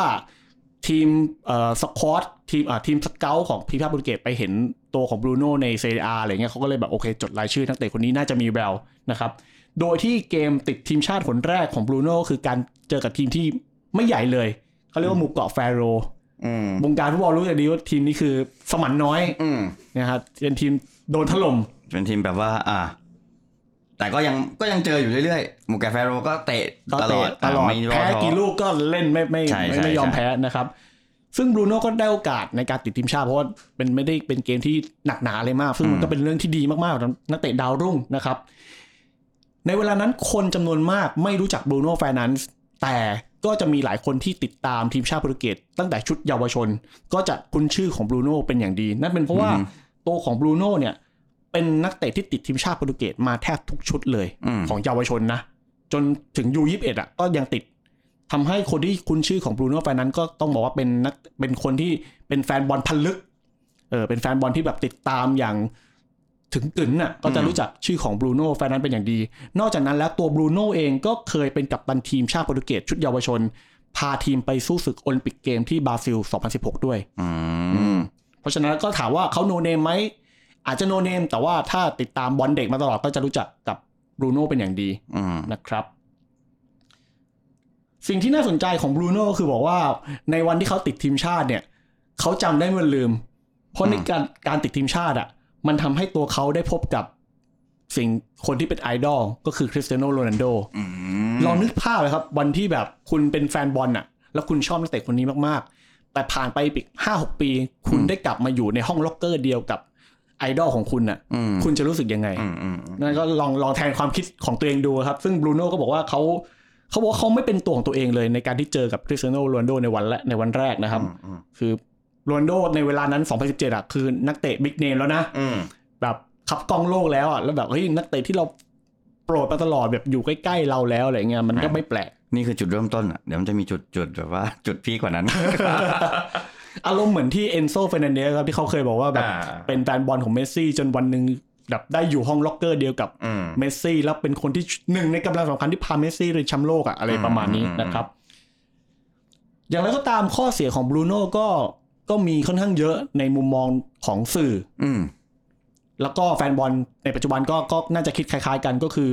[SPEAKER 3] ทีมเอ่อสควอตทีมอ่าทีมสเกลของทีมชาติโปรตุเกสไปเห็นตัวของบรูโน่ในเซเรียอาอะไรเงี้ยเขาก็เลยแบบโอเคจดรายชื่อนักเตะคนนี้น่าจะมีแววนะครับ โดยที่เกมติดทีมชาติผลแรกของบรูโน่คือการเจอกับทีมที่ไม่ใหญ่เลยเขาเรียกว่าหมู่เกาะแฟโร
[SPEAKER 2] อืม
[SPEAKER 3] วงการฟุตบอลรู้อย่างดีว่าทีมนี้คือสมันน้อย
[SPEAKER 2] อืม
[SPEAKER 3] นะครับเป็นทีมโดนถล่ม
[SPEAKER 2] เป็นทีมแบบว่า อ่า แต่ก็ยังก็ยังเจออยู่เรื่อยๆหมูแกาแฟโรก็เตะ
[SPEAKER 3] ก็
[SPEAKER 2] ตลอ
[SPEAKER 3] เตะ
[SPEAKER 2] ด
[SPEAKER 3] ตลอด
[SPEAKER 2] ไม่ย่อ
[SPEAKER 3] แพ้
[SPEAKER 2] ท้อ
[SPEAKER 3] กี่ลูกก็เล่นไม่ไม่
[SPEAKER 2] ใช่
[SPEAKER 3] ไม่
[SPEAKER 2] ใช่
[SPEAKER 3] ไม่ยอม
[SPEAKER 2] ใช่
[SPEAKER 3] แพ้นะครับ ซึ่งบรูโน่ก็ได้โอกาสในการติดทีมชาติเพราะว่าเป็นไม่ได้เป็นเกมที่หนักหนาอะไรมาก ซึ่งมันก็เป็นเรื่องที่ดีมากๆสำหรับนักเตะดาวรุ่งนะครับ ในเวลานั้นคนจำนวนมากไม่รู้จักบรูโน่แฟร์นันซ์แต่ก็จะมีหลายคนที่ติดตามทีมชาติโปรตุเกสตั้งแต่ชุดเยาวชน ก็จะคุ้นชื่อของบรูโน่เป็นอย่างดี นั่นเป็นเพราะว่าตัวของบรูโน่เนี่ย เป็นนักเตะที่ติดทีมชาติโปรตุเกสมาแทบทุกชุดเลย
[SPEAKER 2] อืม
[SPEAKER 3] ของเยาวชนนะ จนถึงยูยี่สิบเอ็ดอ่ะก็ยังติดทำให้คนที่คุ้นชื่อของบรูโน่แฟนนั้นก็ต้องบอกว่าเป็นนักเป็นคนที่เป็นแฟนบอลพันลึกเออเป็นแฟนบอลที่แบบติดตามอย่างถึงกึ๋นน่ะก็จะรู้จักชื่อของบรูโน่แฟนนั้นเป็นอย่างดี นอกจากนั้นแล้วตัวบรูโน่เองก็เคยเป็นกัปตันทีมชาติโปรตุเกสชุดเยาวชน พาทีมไปสู้ศึกโอลิมปิกเกมที่บราซิล 2016 ด้วย
[SPEAKER 2] อืม
[SPEAKER 3] เพราะฉะนั้นก็ถามว่าเขาโนเนมไหม อาจจะโนเนม แต่ว่าถ้าติดตามบอลเด็กมาตลอดก็จะรู้จักกับบรูโน่เป็นอย่างดี
[SPEAKER 2] อืม
[SPEAKER 3] นะครับ สิ่งที่น่าสนใจของบรูโน่คือบอกว่าในวันที่เขาติดทีมชาติเนี่ย เขาจำได้ไม่ลืม เพราะในการการติดทีมชาติอ่ะ มันทำให้ตัวเขาได้พบกับสิ่งคนที่เป็นไอดอลก็คือคริสเตียโนโรนัลโด
[SPEAKER 2] อืม
[SPEAKER 3] ลองนึกภาพเลยครับ วันที่แบบคุณเป็นแฟนบอลน่ะ แล้วคุณชอบนักเตะคนนี้มากๆ แต่ผ่านไปอีกห้าหกปี คุณได้กลับมาอยู่ในห้องล็อกเกอร์เดียวกับไอดอลของคุณน่ะ
[SPEAKER 2] อืม
[SPEAKER 3] คุณจะรู้สึกยังไง
[SPEAKER 2] อืมอืม
[SPEAKER 3] นั่นก็ลองลองแทนความคิดของตัวเองดูครับ ซึ่งบรูโน่ก็บอกว่าเขาเขาบอกว่าเขาไม่เป็นตัวของตัวเองเลยในการที่เจอกับคริสเตียโนโรนลโดในวันและในวันแรกนะครับ
[SPEAKER 2] อืม
[SPEAKER 3] คือโรนลโดในเวลานั้น 2017อ่ะคือนักเตะบิ๊กเนมแล้วนะ
[SPEAKER 2] อืม
[SPEAKER 3] แบบขับกล้องโลกแล้วอ่ะแล้วแบบเฮ้ยนักเตะที่เราโปรดมาตลอดแบบอยู่ใกล้ๆเราแล้วอะไรเงี้ยมันก็ไม่แปลก
[SPEAKER 2] นี่คือจุดเริ่มต้นอ่ะ เดี๋ยวมันจะมีจุดจุดแบบว่า จุดพีคกว่า นั้น
[SPEAKER 3] อารมณ์เหมือนที่เอนโซเฟรนเดสครับที่เขาเคยบอกว่าแบบ
[SPEAKER 2] อ่า
[SPEAKER 3] เป็นแฟนบอลของเมสซี่จนวันหนึ่งแบบได้อยู่ห้องล็อกเกอร์เดียวกับ
[SPEAKER 2] อืม
[SPEAKER 3] เมสซี่แล้วเป็นคนที่หนึ่งในกำลังสำคัญที่พาเมสซี่ไปแชมป์โลกอะอะไรประมาณนี้
[SPEAKER 2] อืม
[SPEAKER 3] นะครับ อย่างไรก็ตามข้อเสียของบรูโน่ก็ก็มีค่อนข้างเยอะในมุมมองของสื่อ
[SPEAKER 2] อืม
[SPEAKER 3] แล้วก็แฟนบอลในปัจจุบันก็ก็น่าจะคิดคล้ายๆกันก็คือ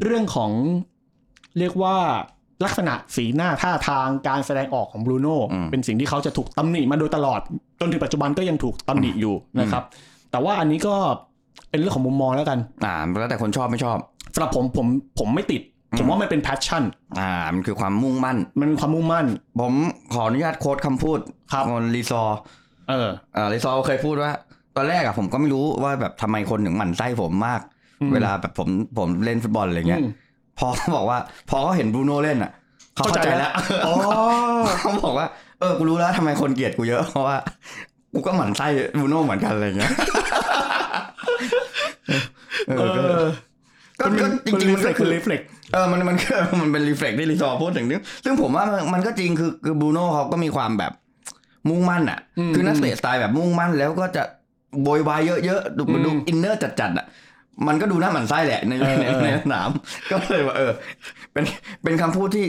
[SPEAKER 3] เรื่องของเรียกว่าลักษณะสีหน้าท่าทางการแสดงออกของบรูโน่
[SPEAKER 2] อืม
[SPEAKER 3] เป็นสิ่งที่เขาจะถูกตำหนิมาโดยตลอด จนถึงปัจจุบันก็ยังถูกตำหนิอยู่นะครับ แต่ว่าอันนี้ก็เป็นเรื่องของมุมมองแล้วกัน
[SPEAKER 2] อ่าแล้วแต่คนชอบไม่ชอบ
[SPEAKER 3] สำหรับผมผมผมไม่ติด ผมว่ามันเป็นแพชชั่น
[SPEAKER 2] อ่า มันคือความมุ่งมั่น
[SPEAKER 3] มันเป็นความมุ่งมั่น
[SPEAKER 2] ผมขออนุญาตโค้ดคำพูด
[SPEAKER 3] ครับ
[SPEAKER 2] ของรีซอร์
[SPEAKER 3] เออ
[SPEAKER 2] อ่ารีซอร์เคยพูดว่า ตอนแรกอ่ะผมก็ไม่รู้ว่าแบบทำไมคนถึงหมั่นไส้ผมมาก
[SPEAKER 3] อืม
[SPEAKER 2] เวลาแบบผมผมเล่นฟุตบอลอะไรเงี้ย
[SPEAKER 3] อืม
[SPEAKER 2] พอเขาบอกว่า พอเขาเห็นบรูโน่เล่นอ่ะเขาเข้าใจแล้ว
[SPEAKER 3] อ๋อ
[SPEAKER 2] เขาบอกว่า เออ กูรู้แล้วทำไมคนเกลียดกูเยอะ เพราะว่า กูก็หมั่นไส้บรูโน่เหมือนกันอะไรเงี้ย เออก็
[SPEAKER 3] เออ
[SPEAKER 2] ก็ก็จริงๆมันก็
[SPEAKER 3] คื
[SPEAKER 2] คือ อ
[SPEAKER 3] รีเฟล็ก
[SPEAKER 2] เออ มันมัน ก็มันเป็นรีเฟล็กที่รีซอร์พูดถึงนึงซึ่งผมว่ามันมันก็จริงคือคือบรูโน่เขาก็มีความแบบมุ่งมั่นอ่ะ
[SPEAKER 3] อืม
[SPEAKER 2] คือนักเตะสไตล์แบบมุ่งมั่นแล้วก็จะ โวยวายเยอะๆดูมันดูอินเนอร์จัดๆอ่ะมันก็ดูน่าหมันไส้แหละใน
[SPEAKER 3] เออ
[SPEAKER 2] ใน
[SPEAKER 3] เออ
[SPEAKER 2] ในสนาม ก็เลยว่าเออ เป็นเป็นคำพูดที่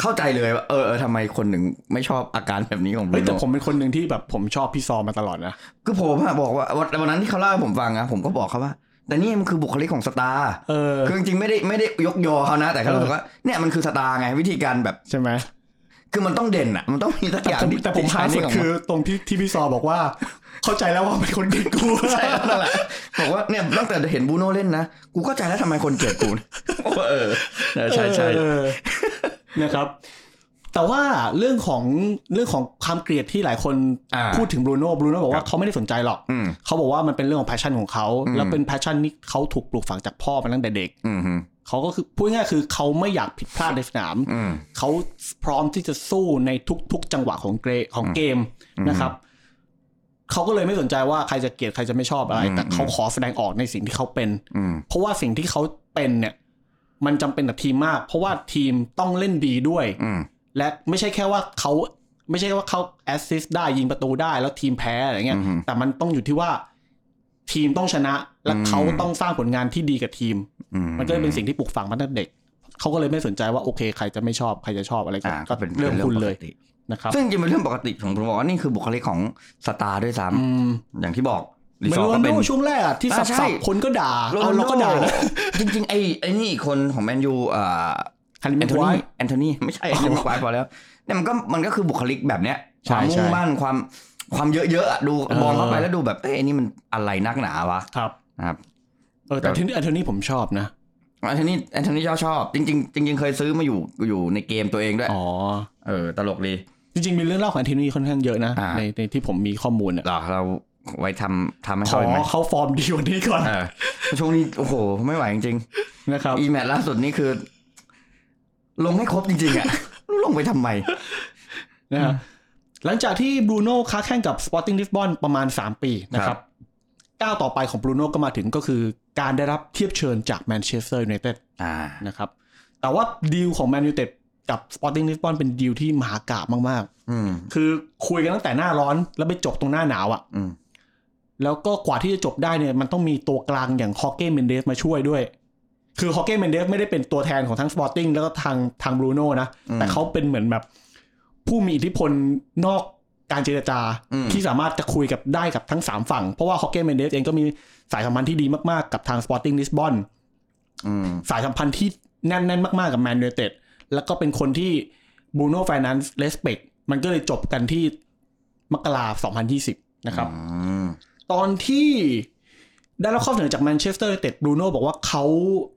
[SPEAKER 2] เข้าใจเลยว่าเออเออทำไมคนหนึ่งไม่ชอบอาการแบบนี้ของบรู
[SPEAKER 3] เฮ้ยแต่
[SPEAKER 2] โน่
[SPEAKER 3] ผมเป็นคนหนึ่งที่แบบผมชอบพี่ซอมาตลอดนะ
[SPEAKER 2] คือผมอะบอกว่าวันวันนั้นที่เขาเล่าให้ผมฟังอะผมก็บอกเขาว่า แต่นี่มันคือบุคลิกของสตาร์
[SPEAKER 3] เออ
[SPEAKER 2] คือจริงๆไม่ได้ไม่ได้ยกยอเขานะ แต่เขารู้สึกว่าเนี่ยมันคือสตาร์ไงวิธีการแบบ
[SPEAKER 3] ใช่ไหม
[SPEAKER 2] คือมันต้องเด่นอะมันต้องมีสัก
[SPEAKER 3] แต่
[SPEAKER 2] อย่าง
[SPEAKER 3] ผม
[SPEAKER 2] ที่
[SPEAKER 3] แต่ผม
[SPEAKER 2] ที่
[SPEAKER 3] หาสุด
[SPEAKER 2] ของน
[SPEAKER 3] คือตรงที่ที่พี่ซอบอกว่า เข้าใจแล้วว่าเป็นคนเก่งกู
[SPEAKER 2] ใช่นั่นแหละบอกว่าเนี่ยตั้งแต่เห็นบูโน่เล่นนะกูเข้าใจแล้วทำไมคนเกลียดกูเออเออใช่ใช่
[SPEAKER 3] เออนะครับ แต่ว่าเรื่องของเรื่องของความเกลียดที่หลายคน
[SPEAKER 2] อ่า
[SPEAKER 3] พูดถึงบรูโน่บรูโน่บอก
[SPEAKER 2] ครั
[SPEAKER 3] ว่า
[SPEAKER 2] บ
[SPEAKER 3] เขาไม่ได้สนใจหรอก
[SPEAKER 2] อืม
[SPEAKER 3] เขาบอกว่ามันเป็นเรื่องของแพชชั่นของเขา
[SPEAKER 2] อืม
[SPEAKER 3] แล้วเป็นแพชชั่นที่เขาถูกปลูกฝังจากพ่อมาตั้งแต่เด็ก
[SPEAKER 2] อืมฮึ
[SPEAKER 3] เขาก็คือพูดง่ายๆคือเขาไม่อยากผิดพลาดในสนาม
[SPEAKER 2] อืม
[SPEAKER 3] เขาพร้อมที่จะสู้ในทุก ๆ จังหวะของเกรของเกมนะครับ เขาก็เลยไม่สนใจว่าใครจะเกลียดใครจะไม่ชอบอะไร
[SPEAKER 2] อืม
[SPEAKER 3] แต่เขาขอแสดงออกในสิ่งที่เขาเป็น
[SPEAKER 2] อืม
[SPEAKER 3] เพราะว่าสิ่งที่เขาเป็นเนี่ย มันจำเป็นกับทีมมาก เพราะว่าทีมต้องเล่นดีด้วย
[SPEAKER 2] อืม
[SPEAKER 3] และไม่ใช่แค่ว่าเขาไม่ใช่ว่าเขาแอสซิสต์ได้ยิงประตูได้แล้วทีมแพ้อะไรเงี้ย
[SPEAKER 2] อือฮึ
[SPEAKER 3] แต่มันต้องอยู่ที่ว่าทีมต้องชนะ และ
[SPEAKER 2] อืม
[SPEAKER 3] เขาต้องสร้างผลงานที่ดีกับทีม
[SPEAKER 2] อืม
[SPEAKER 3] มันก็เลยเป็นสิ่งที่ปลูกฝังมาตั้งแต่เด็ก เขาก็เลยไม่สนใจว่าโอเคใครจะไม่ชอบใครจะชอบอะไรก็
[SPEAKER 2] อ่า
[SPEAKER 3] ก็
[SPEAKER 2] ก็เป็น
[SPEAKER 3] เรื่อง
[SPEAKER 2] ป็น
[SPEAKER 3] คุณเลย
[SPEAKER 2] ปกติ
[SPEAKER 3] นะครับ
[SPEAKER 2] ซึ่งจริงๆเป็นเรื่องปกติของผมบอกว่านี่คือบุคลิกของสตาร์ด้วยซ้
[SPEAKER 3] อืม
[SPEAKER 2] ำอย่างที่บอก
[SPEAKER 3] เหมือน
[SPEAKER 2] ซ
[SPEAKER 3] โร
[SPEAKER 2] ก็
[SPEAKER 3] น
[SPEAKER 2] เป็
[SPEAKER 3] โดช่วงแรกอะที่สับ
[SPEAKER 2] อ่าใช่
[SPEAKER 3] สับคนก็ด่า
[SPEAKER 2] โร
[SPEAKER 3] เอา
[SPEAKER 2] น
[SPEAKER 3] เรา
[SPEAKER 2] ล
[SPEAKER 3] ก็
[SPEAKER 2] โด
[SPEAKER 3] ด่านะ
[SPEAKER 2] จริง ๆ ไอ้ไอ้นี่อีกคนของแมนยูอ่า
[SPEAKER 3] คาริม
[SPEAKER 2] แอน น
[SPEAKER 3] โท
[SPEAKER 2] โท
[SPEAKER 3] นี
[SPEAKER 2] นีแอนโทนีไม่ใช่แอนโทนี ควายพอแล้วเนี่ยมันก็มันก็คือบุคลิกแบบเนี้ยค
[SPEAKER 3] ใช่
[SPEAKER 2] วามมุ่
[SPEAKER 3] ใช่
[SPEAKER 2] งมั่นความความเยอะๆอะดู
[SPEAKER 3] เออ
[SPEAKER 2] มองเข้าไปแล้วดูแบบเอ้ยอันนี้มันอะไรนักหนาวะ
[SPEAKER 3] ครับ
[SPEAKER 2] นะครับ
[SPEAKER 3] เออแต่ที่แอนโทนีผมชอบนะ
[SPEAKER 2] แอนโทนีแอนโทนีชอบชอบจริง ๆ จริง ๆ เคยซื้อมาอยู่อยู่ในเกมตัวเองด้วย
[SPEAKER 3] อ๋อ
[SPEAKER 2] เออตลกดี
[SPEAKER 3] จริงๆมีเรื่องเล่าของแอนโทนีค่อนข้างเยอะนะ
[SPEAKER 2] อ่า
[SPEAKER 3] ในในที่ผมมีข้อมูลอะ
[SPEAKER 2] เหรอเราไว้ทำทำให้
[SPEAKER 3] ข
[SPEAKER 2] เขา
[SPEAKER 3] อ
[SPEAKER 2] อีกไหม
[SPEAKER 3] เขาฟอร์มดีกว่านี้ก่อน
[SPEAKER 2] เออช่วงนี้โอ้โหไม่ไหวจริง
[SPEAKER 3] นะครับ
[SPEAKER 2] ๆอีแมตช์ล่าสุดนี่คือ ลงให้ครบจริงๆอะ รู้ลงไปทำไม
[SPEAKER 3] นะฮะหลังจากที่บรูโน่ค้าแข่งกับสปอร์ติ้งลิสบอนประมาณ 3 ปีนะค
[SPEAKER 2] ครั
[SPEAKER 3] รับบ ก้าวต่อไปของบรูโน่ก็มาถึงก็คือการได้รับเทียบเชิญจากแมนเชสเตอร์ยูไนเต็ด
[SPEAKER 2] อ่า
[SPEAKER 3] นะครับแต่ว่าดีลของแมนยูเต็ดกับสปอร์ติ้งลิสบอนเป็นดีลที่มหากาบมาก
[SPEAKER 2] อืม
[SPEAKER 3] ๆ คือคุยกันตั้งแต่หน้าร้อนแล้วไปจบตรงหน้าหนาวอะ่ะ
[SPEAKER 2] อืม
[SPEAKER 3] แล้วก็กว่าที่จะจบได้เนี่ยมันต้องมีตัวกลางอย่างฮอ r เก้เมนเดสมาช่วยด้วย คือฮอ r เก้เมนเดสไม่ได้เป็นตัวแทนของทั้งสปอร์ติ้งแล้วก็ทางทางบรูโน่นะ
[SPEAKER 2] อืม
[SPEAKER 3] แต่เขาเป็นเหมือนแบบผู้มีอิทธิพลนอกการเจรจา
[SPEAKER 2] อืม
[SPEAKER 3] ที่สามารถจะคุยกับได้กับทั้งสามฝั่งเพราะว่าฮอ r เก้เมนเดสเองก็มีสายสัมพันธ์ที่ดีมากๆกับทางสปอร์ติ้งลิสบอน
[SPEAKER 2] อืม
[SPEAKER 3] สายสัมพันธ์ที่แน่น ๆ มาก ๆ กับแมนยูเต็ด แล้วก็เป็นคนที่บูโน่ไฟแนนซ์เลสเปกมันก็เลยจบกันที่มกราสองพันยี่สิบนะครับ
[SPEAKER 2] อืม
[SPEAKER 3] ตอนที่ได้รับข้อเสนอจากแมนเชสเตอร์ยูไนเต็ดบูโน่บอกว่าเขา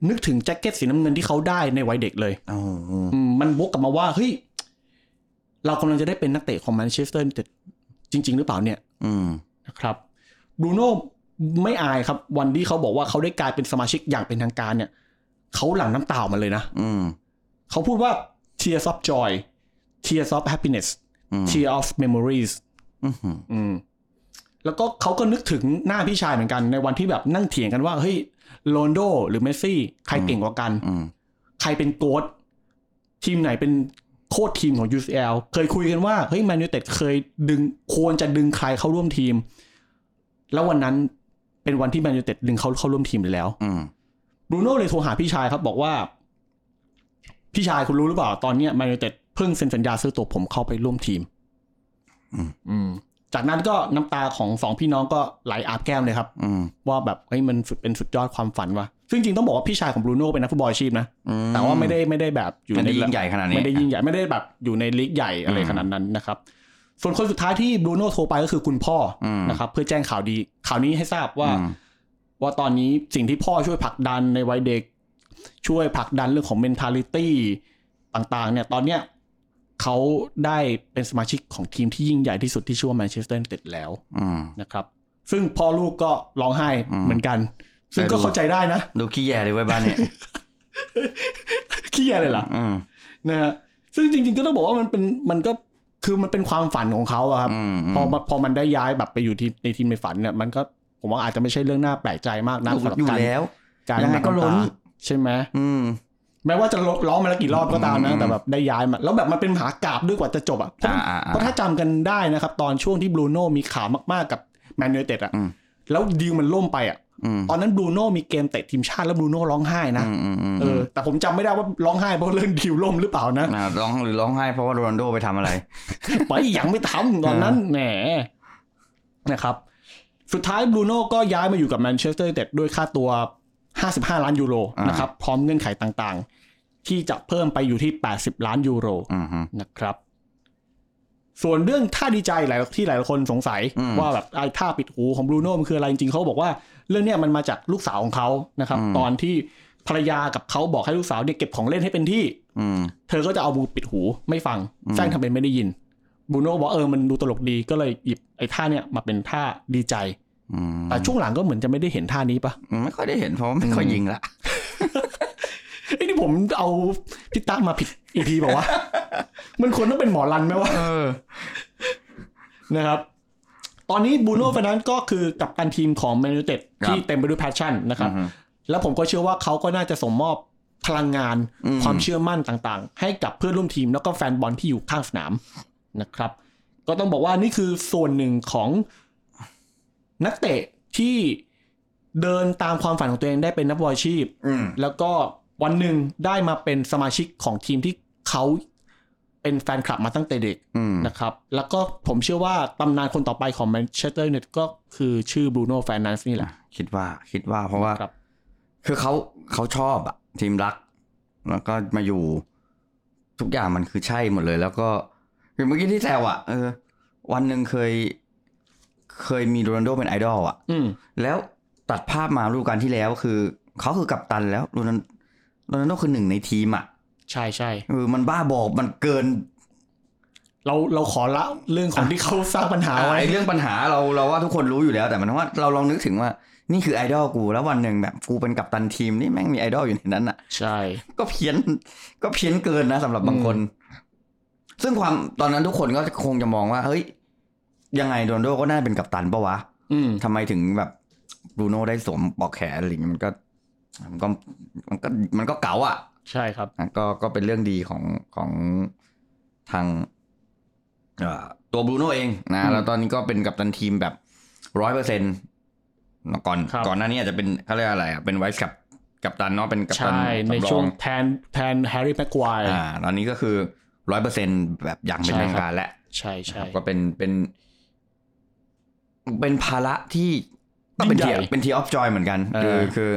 [SPEAKER 3] นึกถึงแจ็คเก็ตสีน้ำเงินที่เขาได้ในวัยเด็กเลย
[SPEAKER 2] โอ้โห
[SPEAKER 3] อืมมันวกกลับมาว่า เฮ้ย เรากำลังจะได้เป็นนักเตะของแมนเชสเตอร์ยูไนเต็ดจริง ๆ หรือเปล่าเนี่ย
[SPEAKER 2] อืม
[SPEAKER 3] นะครับบรูโน่ไม่อายครับ วันที่เขาบอกว่าเขาได้กลายเป็นสมาชิกอย่างเป็นทางการเนี่ยเขาหลั่งน้ำตาออกมาเลยนะ
[SPEAKER 2] อืม
[SPEAKER 3] เขาพูดว่า tears of joy tears of happiness
[SPEAKER 2] อืม
[SPEAKER 3] tears of memories
[SPEAKER 2] อื้อหือ
[SPEAKER 3] อืมแล้วก็เขาก็นึกถึงหน้าพี่ชายเหมือนกันในวันที่แบบนั่งเถียงกันว่า เฮ้ยโรนโดหรือเมสซี่ใครเก่งกว่ากัน
[SPEAKER 2] อืม
[SPEAKER 3] ใครเป็นโกดทีมไหนเป็นโค้ดทีมของ UCL เคยคุยกันว่า เฮ้ยแมนยูเต็ดเคยดึงควรจะดึงใครเข้าร่วมทีม แล้ววันนั้นเป็นวันที่แมนยูเต็ดดึงเขาเข้าร่วมทีมไปแล้ว
[SPEAKER 2] อืม
[SPEAKER 3] บรูโน่เลยโทรหาพี่ชายครับบอกว่า พี่ชายคุณรู้หรือเปล่า ตอนเนี้ยแมนยูเต็ดเพิ่งเซ็นสัญญาซื้อตัวผมเข้าไปร่วมทีม
[SPEAKER 2] อืม
[SPEAKER 3] อืม จากนั้นก็น้ำตาของสองพี่น้องก็ไหลอาบแก้มเลยครับ
[SPEAKER 2] อืม
[SPEAKER 3] ว่าแบบเฮ้ยมันสุดเป็นสุดยอดความฝันว่ะซึ่งจริงต้องบอกว่าพี่ชายของบรูโน่เป็นนักฟุตบอลอาชีพนะ
[SPEAKER 2] อื
[SPEAKER 3] แต่ว่าไม่ได้ไม่ได้แบบอยู่
[SPEAKER 2] ไม่
[SPEAKER 3] ใน
[SPEAKER 2] ได้ยิ่งใหญ่ขนาดนี้
[SPEAKER 3] ไม่ได้ยิ่งใหญ่ไม่ได้แบบอยู่ในลีกใหญ่อะไร
[SPEAKER 2] อืม
[SPEAKER 3] ขนาดนั้นนะครับ ส่วนคนสุดท้ายที่บรูโน่โทรไปก็คือคุณพ่ออ
[SPEAKER 2] ม
[SPEAKER 3] นะครับ เพื่อแจ้งข่าวดี ข่าวนี้ให้ทราบว่า
[SPEAKER 2] อืม
[SPEAKER 3] ว่าตอนนี้สิ่งที่พ่อช่วยผลักดันในวัยเด็ก ช่วยผลักดันเรื่องของ mentality ต่างๆ เนี่ยตอนเนี้ยเขาได้เป็นสมาชิกของทีมที่ยิ่งใหญ่ที่สุดที่ชื่อว่าแมนเชสเตอร์ติดแล้ว
[SPEAKER 2] อืม
[SPEAKER 3] นะครับ ซึ่งพ่อลูกก็ร้องไห้
[SPEAKER 2] อืม
[SPEAKER 3] เหมือนกัน ซึ่งก็
[SPEAKER 2] แต่ดู
[SPEAKER 3] เข้าใจได้นะ
[SPEAKER 2] ดูขี้แย่เลยเว้ยบ้านเนี่ย
[SPEAKER 3] ขี้แยเลยล่ะ
[SPEAKER 2] อืม
[SPEAKER 3] นะฮะซึ่งจริงๆก็ต้องบอกว่ามันเป็นมันก็คือมันเป็นความฝันของเขาอะครับ
[SPEAKER 2] อืม
[SPEAKER 3] พอมาพอมันได้ย้ายแบบไปอยู่ที่ในทีมในฝันเนี่ยมันก็ผมว่าอาจจะไม่ใช่เรื่องน่าแปลกใจมาก
[SPEAKER 2] อ
[SPEAKER 3] นะ
[SPEAKER 2] ยู่
[SPEAKER 3] สำหรับ
[SPEAKER 2] อยู่
[SPEAKER 3] การ
[SPEAKER 2] แล้ว
[SPEAKER 3] การ
[SPEAKER 2] ยังไงก็ล้น
[SPEAKER 3] ำตาใช่ไหม
[SPEAKER 2] อืม
[SPEAKER 3] แม้ว่าจะร้องมาแล้วกี่รอบก็ตามนะ
[SPEAKER 2] อืม
[SPEAKER 3] แต่แบบได้ย้ายมาแล้วแบบมันเป็นมหากราบด้วยกว่าจะจบอ่ะเพราะมัน
[SPEAKER 2] อ่าอ่าอ่า
[SPEAKER 3] เพราะถ้าจำกันได้นะครับ ตอนช่วงที่บรูโน่มีข่าวมากๆกับแมนยูไนเต็ดอ่ะ
[SPEAKER 2] อืม
[SPEAKER 3] แล้วดีลมันล่มไปอ่ะ
[SPEAKER 2] อืม
[SPEAKER 3] ตอนนั้นบรูโน่มีเกมเตะทีมชาติแล้วบรูโน่ร้องไห้นะ
[SPEAKER 2] อืมอืมอืม
[SPEAKER 3] เออแต่ผมจำไม่ได้ว่าร้องไห้เพราะเรื่องดีลล่มหรือเปล่านะ
[SPEAKER 2] นะร้องหรือร้องไห้เพราะว่าโรนัลโดไปทำอะไร
[SPEAKER 3] ไปยังไม่ทำตอนนั้นแหมนะครับ สุดท้ายบรูโน่ก็ย้ายมาอยู่กับแมนเชสเตอร์เด็ดด้วยค่าตัว 55 ล้านยูโร
[SPEAKER 2] อ่าน
[SPEAKER 3] นะครับ พร้อมเงื่อนไขต่างๆ ที่จะเพิ่มไปอยู่ที่ 80 ล้านยูโร
[SPEAKER 2] อืมฮึ
[SPEAKER 3] นะครับ ส่วนเรื่องท่าดีใจหลายที่หลายคนสงสัย
[SPEAKER 2] อืม
[SPEAKER 3] ว่าแบบไอ้ท่าปิดหูของบรูโน่มันคืออะไรจริงๆเขาบอกว่าเรื่องเนี้ยมันมาจากลูกสาวของเขานะครับ
[SPEAKER 2] อืม
[SPEAKER 3] ตอนที่ภรรยากับเขาบอกให้ลูกสาวเนี่ยเก็บของเล่นให้เป็นที่
[SPEAKER 2] อืม
[SPEAKER 3] เธอก็จะเอามือปิดหูไม่ฟัง
[SPEAKER 2] อืม
[SPEAKER 3] แซงทำเป็นไม่ได้ยินบรูโน่บอกเออมันดูตลกดีก็เลยหยิบไอ้ท่าเนี่ยมาเป็นท่าดีใจ
[SPEAKER 2] อืม
[SPEAKER 3] แต่ช่วงหลังก็เหมือนจะไม่ได้เห็นท่านี้ปะ
[SPEAKER 2] ไม่ค่อยได้เห็นเพราะว่าไม่ค่อยยิงละ
[SPEAKER 3] ไอ้ยนี่ผมเอาพี่ตั้มมาผิดอีพี บอกว่าวะ มันควรต้องเป็นหมอรันไหมวะ
[SPEAKER 2] เออ
[SPEAKER 3] นะครับ ตอนนี้บรูโน่เฟร์นันเดสก็คือกับการทีมของแมนยูเต็ด
[SPEAKER 2] ครับ
[SPEAKER 3] ที่เต็มไปด้วยแพชชั่นนะครับ
[SPEAKER 2] อืม
[SPEAKER 3] แล้วผมก็เชื่อว่าเขาก็น่าจะส่งมอบพลังงาน
[SPEAKER 2] อืม
[SPEAKER 3] ความเชื่อมั่นต่างๆ ให้กับเพื่อนร่วมทีมแล้วก็แฟนบอลที่อยู่ข้างสนามนะครับ ก็ต้องบอกว่านี่คือส่วนหนึ่งของนักเตะที่เดินตามความฝันของตัวเองได้เป็นนักบอลอาชีพ
[SPEAKER 2] อืม
[SPEAKER 3] แล้วก็วันหนึ่งได้มาเป็นสมาชิกของทีมที่เขาเป็นแฟนคลับมาตั้งแต่เด็ก
[SPEAKER 2] อืม
[SPEAKER 3] นะครับ แล้วก็ผมเชื่อว่าตำนานคนต่อไปของแมนเชสเตอร์ยูไนเต็ดก็คือชื่อบรูโน่แฟร์นันนัสนี่แหละ
[SPEAKER 2] คิดว่าคิดว่าเพราะว่า
[SPEAKER 3] ครับ
[SPEAKER 2] คือเขาเขาชอบอะทีมรัก แล้วก็มาอยู่ ทุกอย่างมันคือใช่หมดเลย แล้วก็คือเมื่อกี้ที่แซวอะเออ วันหนึ่งเคย เคยมีโรนัลโดเป็นไอดอลอะ
[SPEAKER 3] อืม
[SPEAKER 2] แล้วตัดภาพมาฤดูกาลที่แล้วคือ เขาคือกัปตันแล้วโรนัลโรนัลโดคือหนึ่งในทีมอะ
[SPEAKER 3] ใช่ใช่
[SPEAKER 2] เออมันบ้าบอกมันเกิน
[SPEAKER 3] เราเราขอละเรื่องของที่เขาสร้างปัญหาไว้
[SPEAKER 2] ไอ้เรื่องปัญหาเราเราว่าทุกคนรู้อยู่แล้ว แต่หมันว่าเราลองนึกถึงว่านี่คือไอดอลกูแล้ววันหนึ่งแบบกูเป็นกัปตันทีมนี่แม่งมีไอดอลอยู่ในนั้นอ่ะ
[SPEAKER 3] ใช่
[SPEAKER 2] ก็เพี้ยน ก็เพี้ยนเกินนะสำหรับบางคน ซึ่งความตอนนั้นทุกคนก็คงจะมองว่า เฮ้ย ยังไงโดนลโดก็น่าเป็นกัปตันปะวะ
[SPEAKER 3] อืม
[SPEAKER 2] ทำไมถึงแบบบรูโน่ได้สวมปลอกแขนอะไรอย่างเงี้ยมันก็มันก็มันก็มันก็เก๋าอ่ะ
[SPEAKER 3] ใช่ครับ
[SPEAKER 2] นะก็ก็เป็นเรื่องดีของของทางเอ่อตัวบรูโน่เองนะ
[SPEAKER 3] อืม
[SPEAKER 2] แล้วตอนนี้ก็เป็นกัปตันทีมแบบร้อยเปอร์เซ็นต์ก่อน
[SPEAKER 3] ครับ
[SPEAKER 2] ก่อนหน้านี้อาจจะเป็นเขาเรียกอะไรอ่ะเป็นไวส์กับกัปตันเนาะเป็นกัปตัน
[SPEAKER 3] ใช่ ใน
[SPEAKER 2] สำร
[SPEAKER 3] ช่
[SPEAKER 2] อ
[SPEAKER 3] ว
[SPEAKER 2] ง
[SPEAKER 3] งแทนแทนแฮร์รี่แม็กควาย
[SPEAKER 2] อ่า ตอนนี้ก็คือร้อยเปอร์เซ็นแบบอย่างเป็น
[SPEAKER 3] ใช่
[SPEAKER 2] ทาง
[SPEAKER 3] ครับ
[SPEAKER 2] การแล้ว
[SPEAKER 3] ใช่
[SPEAKER 2] นะค
[SPEAKER 3] ใช่
[SPEAKER 2] รับก็เป็นเป็น เป็นภาระที่ก็เป็น
[SPEAKER 3] ยิ่งใหญ่
[SPEAKER 2] เทียเป็นทีออฟจอยเหมือนกัน
[SPEAKER 3] เอ
[SPEAKER 2] คือ
[SPEAKER 3] อ
[SPEAKER 2] คือ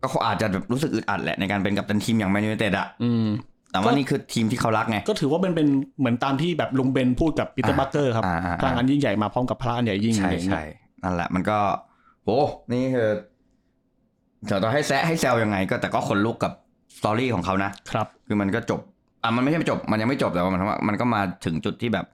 [SPEAKER 2] ก็เขาอาจจะแบบรู้สึกอึดอัดแหละในการเป็นกัปตันทีมอย่างแมนยูไนเต็ดอะ
[SPEAKER 3] อืม
[SPEAKER 2] แต่
[SPEAKER 3] ก็
[SPEAKER 2] ว่านี่คือทีมที่เขารักไง
[SPEAKER 3] ก็ถือว่าเป็นเป็นเหมือนตามที่แบบลุงเบนพูดกับปีเตอร์
[SPEAKER 2] อ่า
[SPEAKER 3] บัคเกอร์ครับ
[SPEAKER 2] อ่าอ่า
[SPEAKER 3] พลังอันยิ่งใหญ่มาพร้อมกับพระอันใหญ่ยิ่ง
[SPEAKER 2] ใช่
[SPEAKER 3] อะไรอย่างเงี้
[SPEAKER 2] ใช่
[SPEAKER 3] ย
[SPEAKER 2] นั่นแหละ มันก็โหนี่คือเดี๋ยวต่อให้แซะให้แซวยังไง ก็แต่ก็ขนลุกกับสตอรี่ของเขานะ
[SPEAKER 3] ครับ
[SPEAKER 2] คือมันก็จบ อ่ะมันไม่ใช่จบ มันยังไม่จบแต่ว่ามันว่ามันก็มาถึงจุดที่แบบ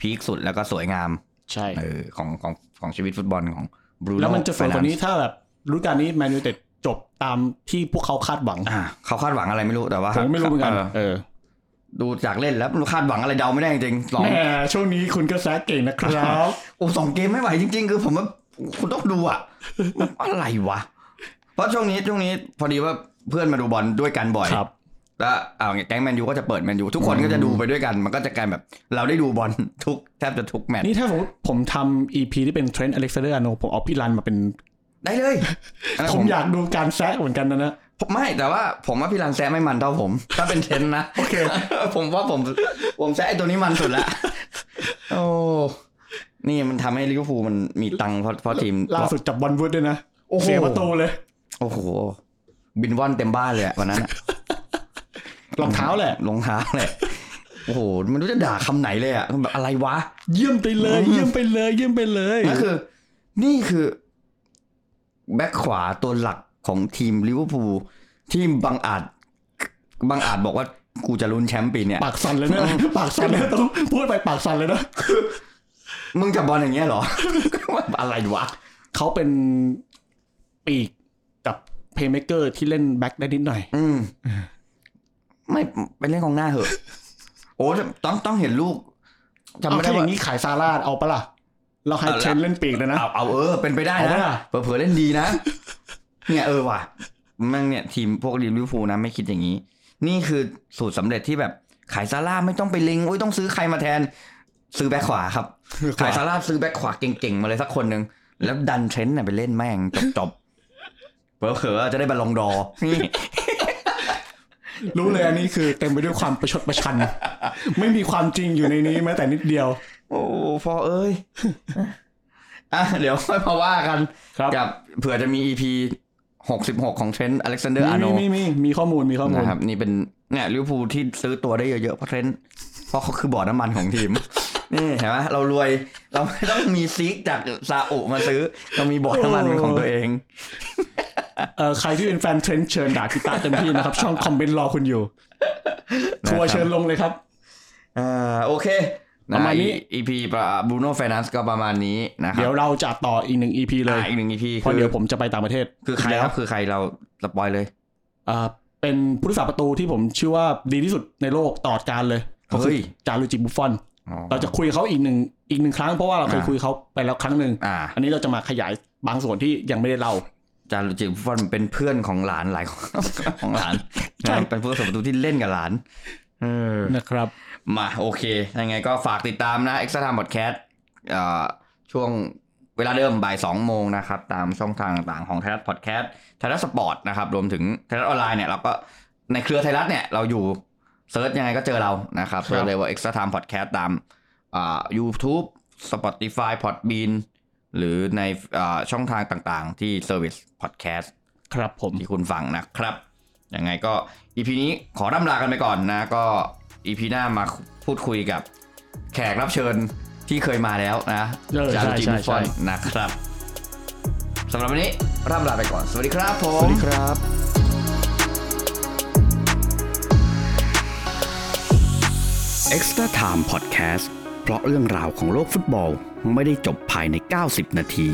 [SPEAKER 2] พีคสุดแล้วก็สวยงาม
[SPEAKER 3] ใช่
[SPEAKER 2] เออของของของชีวิตฟุตบอลของบรูโน่
[SPEAKER 3] แล้วมันจะสวยกว่านี้ถ้าแบบรู้การนี้แมนยูเต็ดจบตามที่พวกเขาคาดหวัง
[SPEAKER 2] อ่ะเขาคาดหวังอะไรไม่รู้แต่ว่า
[SPEAKER 3] ผมไม่รู้เหมือนกัน เออ
[SPEAKER 2] ดูจากเล่นแล้วคาดหวังอะไรเดาไม่ได้จริงๆสอง
[SPEAKER 3] แหมช่วงนี้คุณก็แซะเก่งนะครับ
[SPEAKER 2] โอ้สองเกมไม่ไหวจริง ๆ คือผมว่าคุณต้องดูอ่ะอะไรวะ เพราะช่วงนี้ช่วงนี้พอดีว่าเพื่อนมาดูบอลด้วยกันบ่อย
[SPEAKER 3] ครับ
[SPEAKER 2] แล้วเอาแก๊งแมนยูก็จะเปิดแมนยูทุกคนก็จะดูไปด้วยกัน มันก็จะกลายแบบ เราได้ดูบอลทุกแทบจะทุกแมตช์
[SPEAKER 3] นี่ถ้าสมมติผมทำ EP ที่เป็นเทรนด์อเล็กซานเดอร์อาโนผมเอาพี่รันมาเป็น
[SPEAKER 2] ได้เลยอันนั้น
[SPEAKER 3] ผมอยากดูการแซะเหมือนกันนะนะ
[SPEAKER 2] ผมไม่แต่ว่าผมว่าพี่รันแซะไม่มันเท่าผม ถ้าเป็นเทรนด์นะ
[SPEAKER 3] โอเค
[SPEAKER 2] ผมว่าผม ผมแซะไอ้ตัวนี้มันสุดละโอ้นี่มันทำให้ลิเวอร์พูลมันมีตังค์เพราะเพราะทีม
[SPEAKER 3] ล่าสุดจับบอลวุฒด้วยนะ
[SPEAKER 2] โอ้โห
[SPEAKER 3] เสียประตูเลย
[SPEAKER 2] โอ้โห บินว่อนเต็มบ้านเลยอะวันนั้นอะ
[SPEAKER 3] รองเท้าแหละ
[SPEAKER 2] รองเท้าแหละโอ้โหมันรู้จะด่าคำไหนเลยอะแบบอะไรวะ
[SPEAKER 3] เยี่ยมไปเลย เยี่ยมไปเลย เยี่ยมไปเลย
[SPEAKER 2] นั่นคือ นี่คือแบ็คขวาตัวหลักของทีมลิเวอร์พูลที่บังอาจบังอาจบอกว่ากูจะลุ้นแชมป์ปีเนี่ย
[SPEAKER 3] ปากสั่นเลยนะ ปากสั่นเลยนะต้องพูดไปปากสั่นเลยนะ
[SPEAKER 2] มึงจับบอลอย่างเงี้ยเหรอ อะไรวะ
[SPEAKER 3] เขาเป็นปีกกับเพย์เมเกอร์ที่เล่นแบ็กได้นิดหน่อย
[SPEAKER 2] อืม ไม่ไปเล่นกองหน้าเหอะ โอ้ต้องต้องเห็นลูกจำ
[SPEAKER 3] เอา
[SPEAKER 2] ไม่ได้
[SPEAKER 3] ถ้าอ
[SPEAKER 2] ว่า
[SPEAKER 3] ย่างนี้ขายซาร่าเอาปะล่ะ เราให้
[SPEAKER 2] เอาละ
[SPEAKER 3] เชนเล่นปีกเลยนะ
[SPEAKER 2] เอาเอาเออ เป็นไปได้
[SPEAKER 3] เอาไหม
[SPEAKER 2] นะ
[SPEAKER 3] ล่ะ
[SPEAKER 2] เผลอๆเล่นดีนะ เนี่ยเออว่ะแมั่งเนี่ยทีมพวกลิเวอร์พูลนะไม่คิดอย่างนี้ นี่คือสูตรสำเร็จที่แบบขายซาร่าไม่ต้องไปเล็งโอ้ยต้องซื้อใครมาแทน ซื้อแบ็คขวาครับ ขายซาร่าซื้อแบ็คขวาเก่งๆมาเลยสักคนหนึ่ง แล้วดันเทรนต์น่ะไปเล่นแม่งจบจบๆเผลอๆอาจจะได้บอลลงดอร์นี่
[SPEAKER 3] รู้เลยอันนี้คือเต็มไปด้วยความประชดประ ชัน ไม่มีความจริงอยู่ในนี้แม้แต่นิดเดียว
[SPEAKER 2] โอ้ฟอเอ้ย อ่ะเดี๋ยวค่อยมาว่ากัน
[SPEAKER 3] ครับ
[SPEAKER 2] กับเผื่อจะมี EP หกสิบหกของเทรนต์อเล็กซานเดอร์อาโน
[SPEAKER 3] มีมีมีมีข้อมูลมีข้อมูล
[SPEAKER 2] นะครับนี่เป็นเนี่ยลิเวอร์พูลที่ซื้อตัวได้เยอะๆเพราะเทรนต์เพราะเขาคือบ่อน้ำมันของทีม นี่เห็นไหมเรารวยเราไม่ต้องมีซีกจากซาอุมาซื้อ เรามีบ่อน้ำมันเป็นของตัวเอง
[SPEAKER 3] เออใครที่เป็นแฟนเทรนด์เชิญด่าพี่ตาเต็มที่นะครับ ช่องคอมเมนต์รอคุณอยู่
[SPEAKER 2] นะครับ
[SPEAKER 3] ทัวร์เชิญลงเลยครับ
[SPEAKER 2] อ่าโอเคนะ
[SPEAKER 3] ประมาณนี้
[SPEAKER 2] อีพีบรูโน่ไฟนันซ์ก็ประมาณนี้นะครั
[SPEAKER 3] เดี๋ยว
[SPEAKER 2] บ
[SPEAKER 3] เราจะต่ออีกหนึ่ง EP เล
[SPEAKER 2] อ่าย อีกหนึ่งอีพี
[SPEAKER 3] เพ
[SPEAKER 2] คื
[SPEAKER 3] ราะ
[SPEAKER 2] อ
[SPEAKER 3] เดี๋ยวผมจะไปต่างประเทศ
[SPEAKER 2] คือใครครับคือใครเราสปอยเลย
[SPEAKER 3] เออเป็นผู้รักษาประตูที่ผมเชื่อว่าดีที่สุดในโลกตลอดกาลเลยก็คื
[SPEAKER 2] เฮ้ย
[SPEAKER 3] จารุจิบุฟฟอน
[SPEAKER 2] อ๋อ
[SPEAKER 3] เราจะคุยกับเขาอีกหนึ่งอีกหนึ่งครั้งเพราะว่าเราเคย
[SPEAKER 2] อ่า
[SPEAKER 3] คุยเขาไปแล้วครั้งหนึ่ง
[SPEAKER 2] อ่า
[SPEAKER 3] อันนี้เราจะมาขยายบางส่วนที่ยังไม่ได้เล่า
[SPEAKER 2] จารุจิฟอนเป็นเพื่อนของหลานหลาย คนของหลาน
[SPEAKER 3] ใช่
[SPEAKER 2] นะครับเป็นผู้สมประตูที่เล่นกับหลาน เออ
[SPEAKER 3] นะครับ
[SPEAKER 2] มาโอเค ยังไงก็ฝากติดตามนะ Extra Time Podcast เอ่อช่วงเวลาเดิมบ่าย2โมงนะครับ ตามช่องทางต่างๆของไทยรัฐพอดแคสต์ไทยรัฐสปอร์ตนะครับ รวมถึงไทยรัฐออนไลน์เนี่ยเราก็ในเครือไทยรัฐเนี่ยเราอยู่เซิร์ชยังไงก็เจอเรานะครับ
[SPEAKER 3] ครับ
[SPEAKER 2] เซิร์ชเลยว่า Extra Time Podcast ตามอ่า YouTube Spotify Podbean หรือในอ่าช่องทางต่างๆ ที่ Service Podcast
[SPEAKER 3] ครับผม
[SPEAKER 2] ที่คุณฟังนะครับ ยังไงก็อีพีนี้ขอร่ำลากันไปก่อนนะ ก็อีพีหน้ามาพูดคุยกับแขกรับเชิญที่เคยมาแล้วนะ
[SPEAKER 3] เออ
[SPEAKER 2] จา
[SPEAKER 3] ใช่
[SPEAKER 2] รุจิ
[SPEAKER 3] ใช่
[SPEAKER 2] บุฟฟอ
[SPEAKER 3] ใช่
[SPEAKER 2] นนะครับสำหรับวันนี้ร่ำลาไปก่อน สวัสดีครับผ
[SPEAKER 3] สวัส
[SPEAKER 2] ม
[SPEAKER 3] ดีครับ
[SPEAKER 1] เอ็กซ์ตร้าไทม์พอดแคสต์เพราะเรื่องราวของโลกฟุตบอลไม่ได้จบภายใน 90 นาที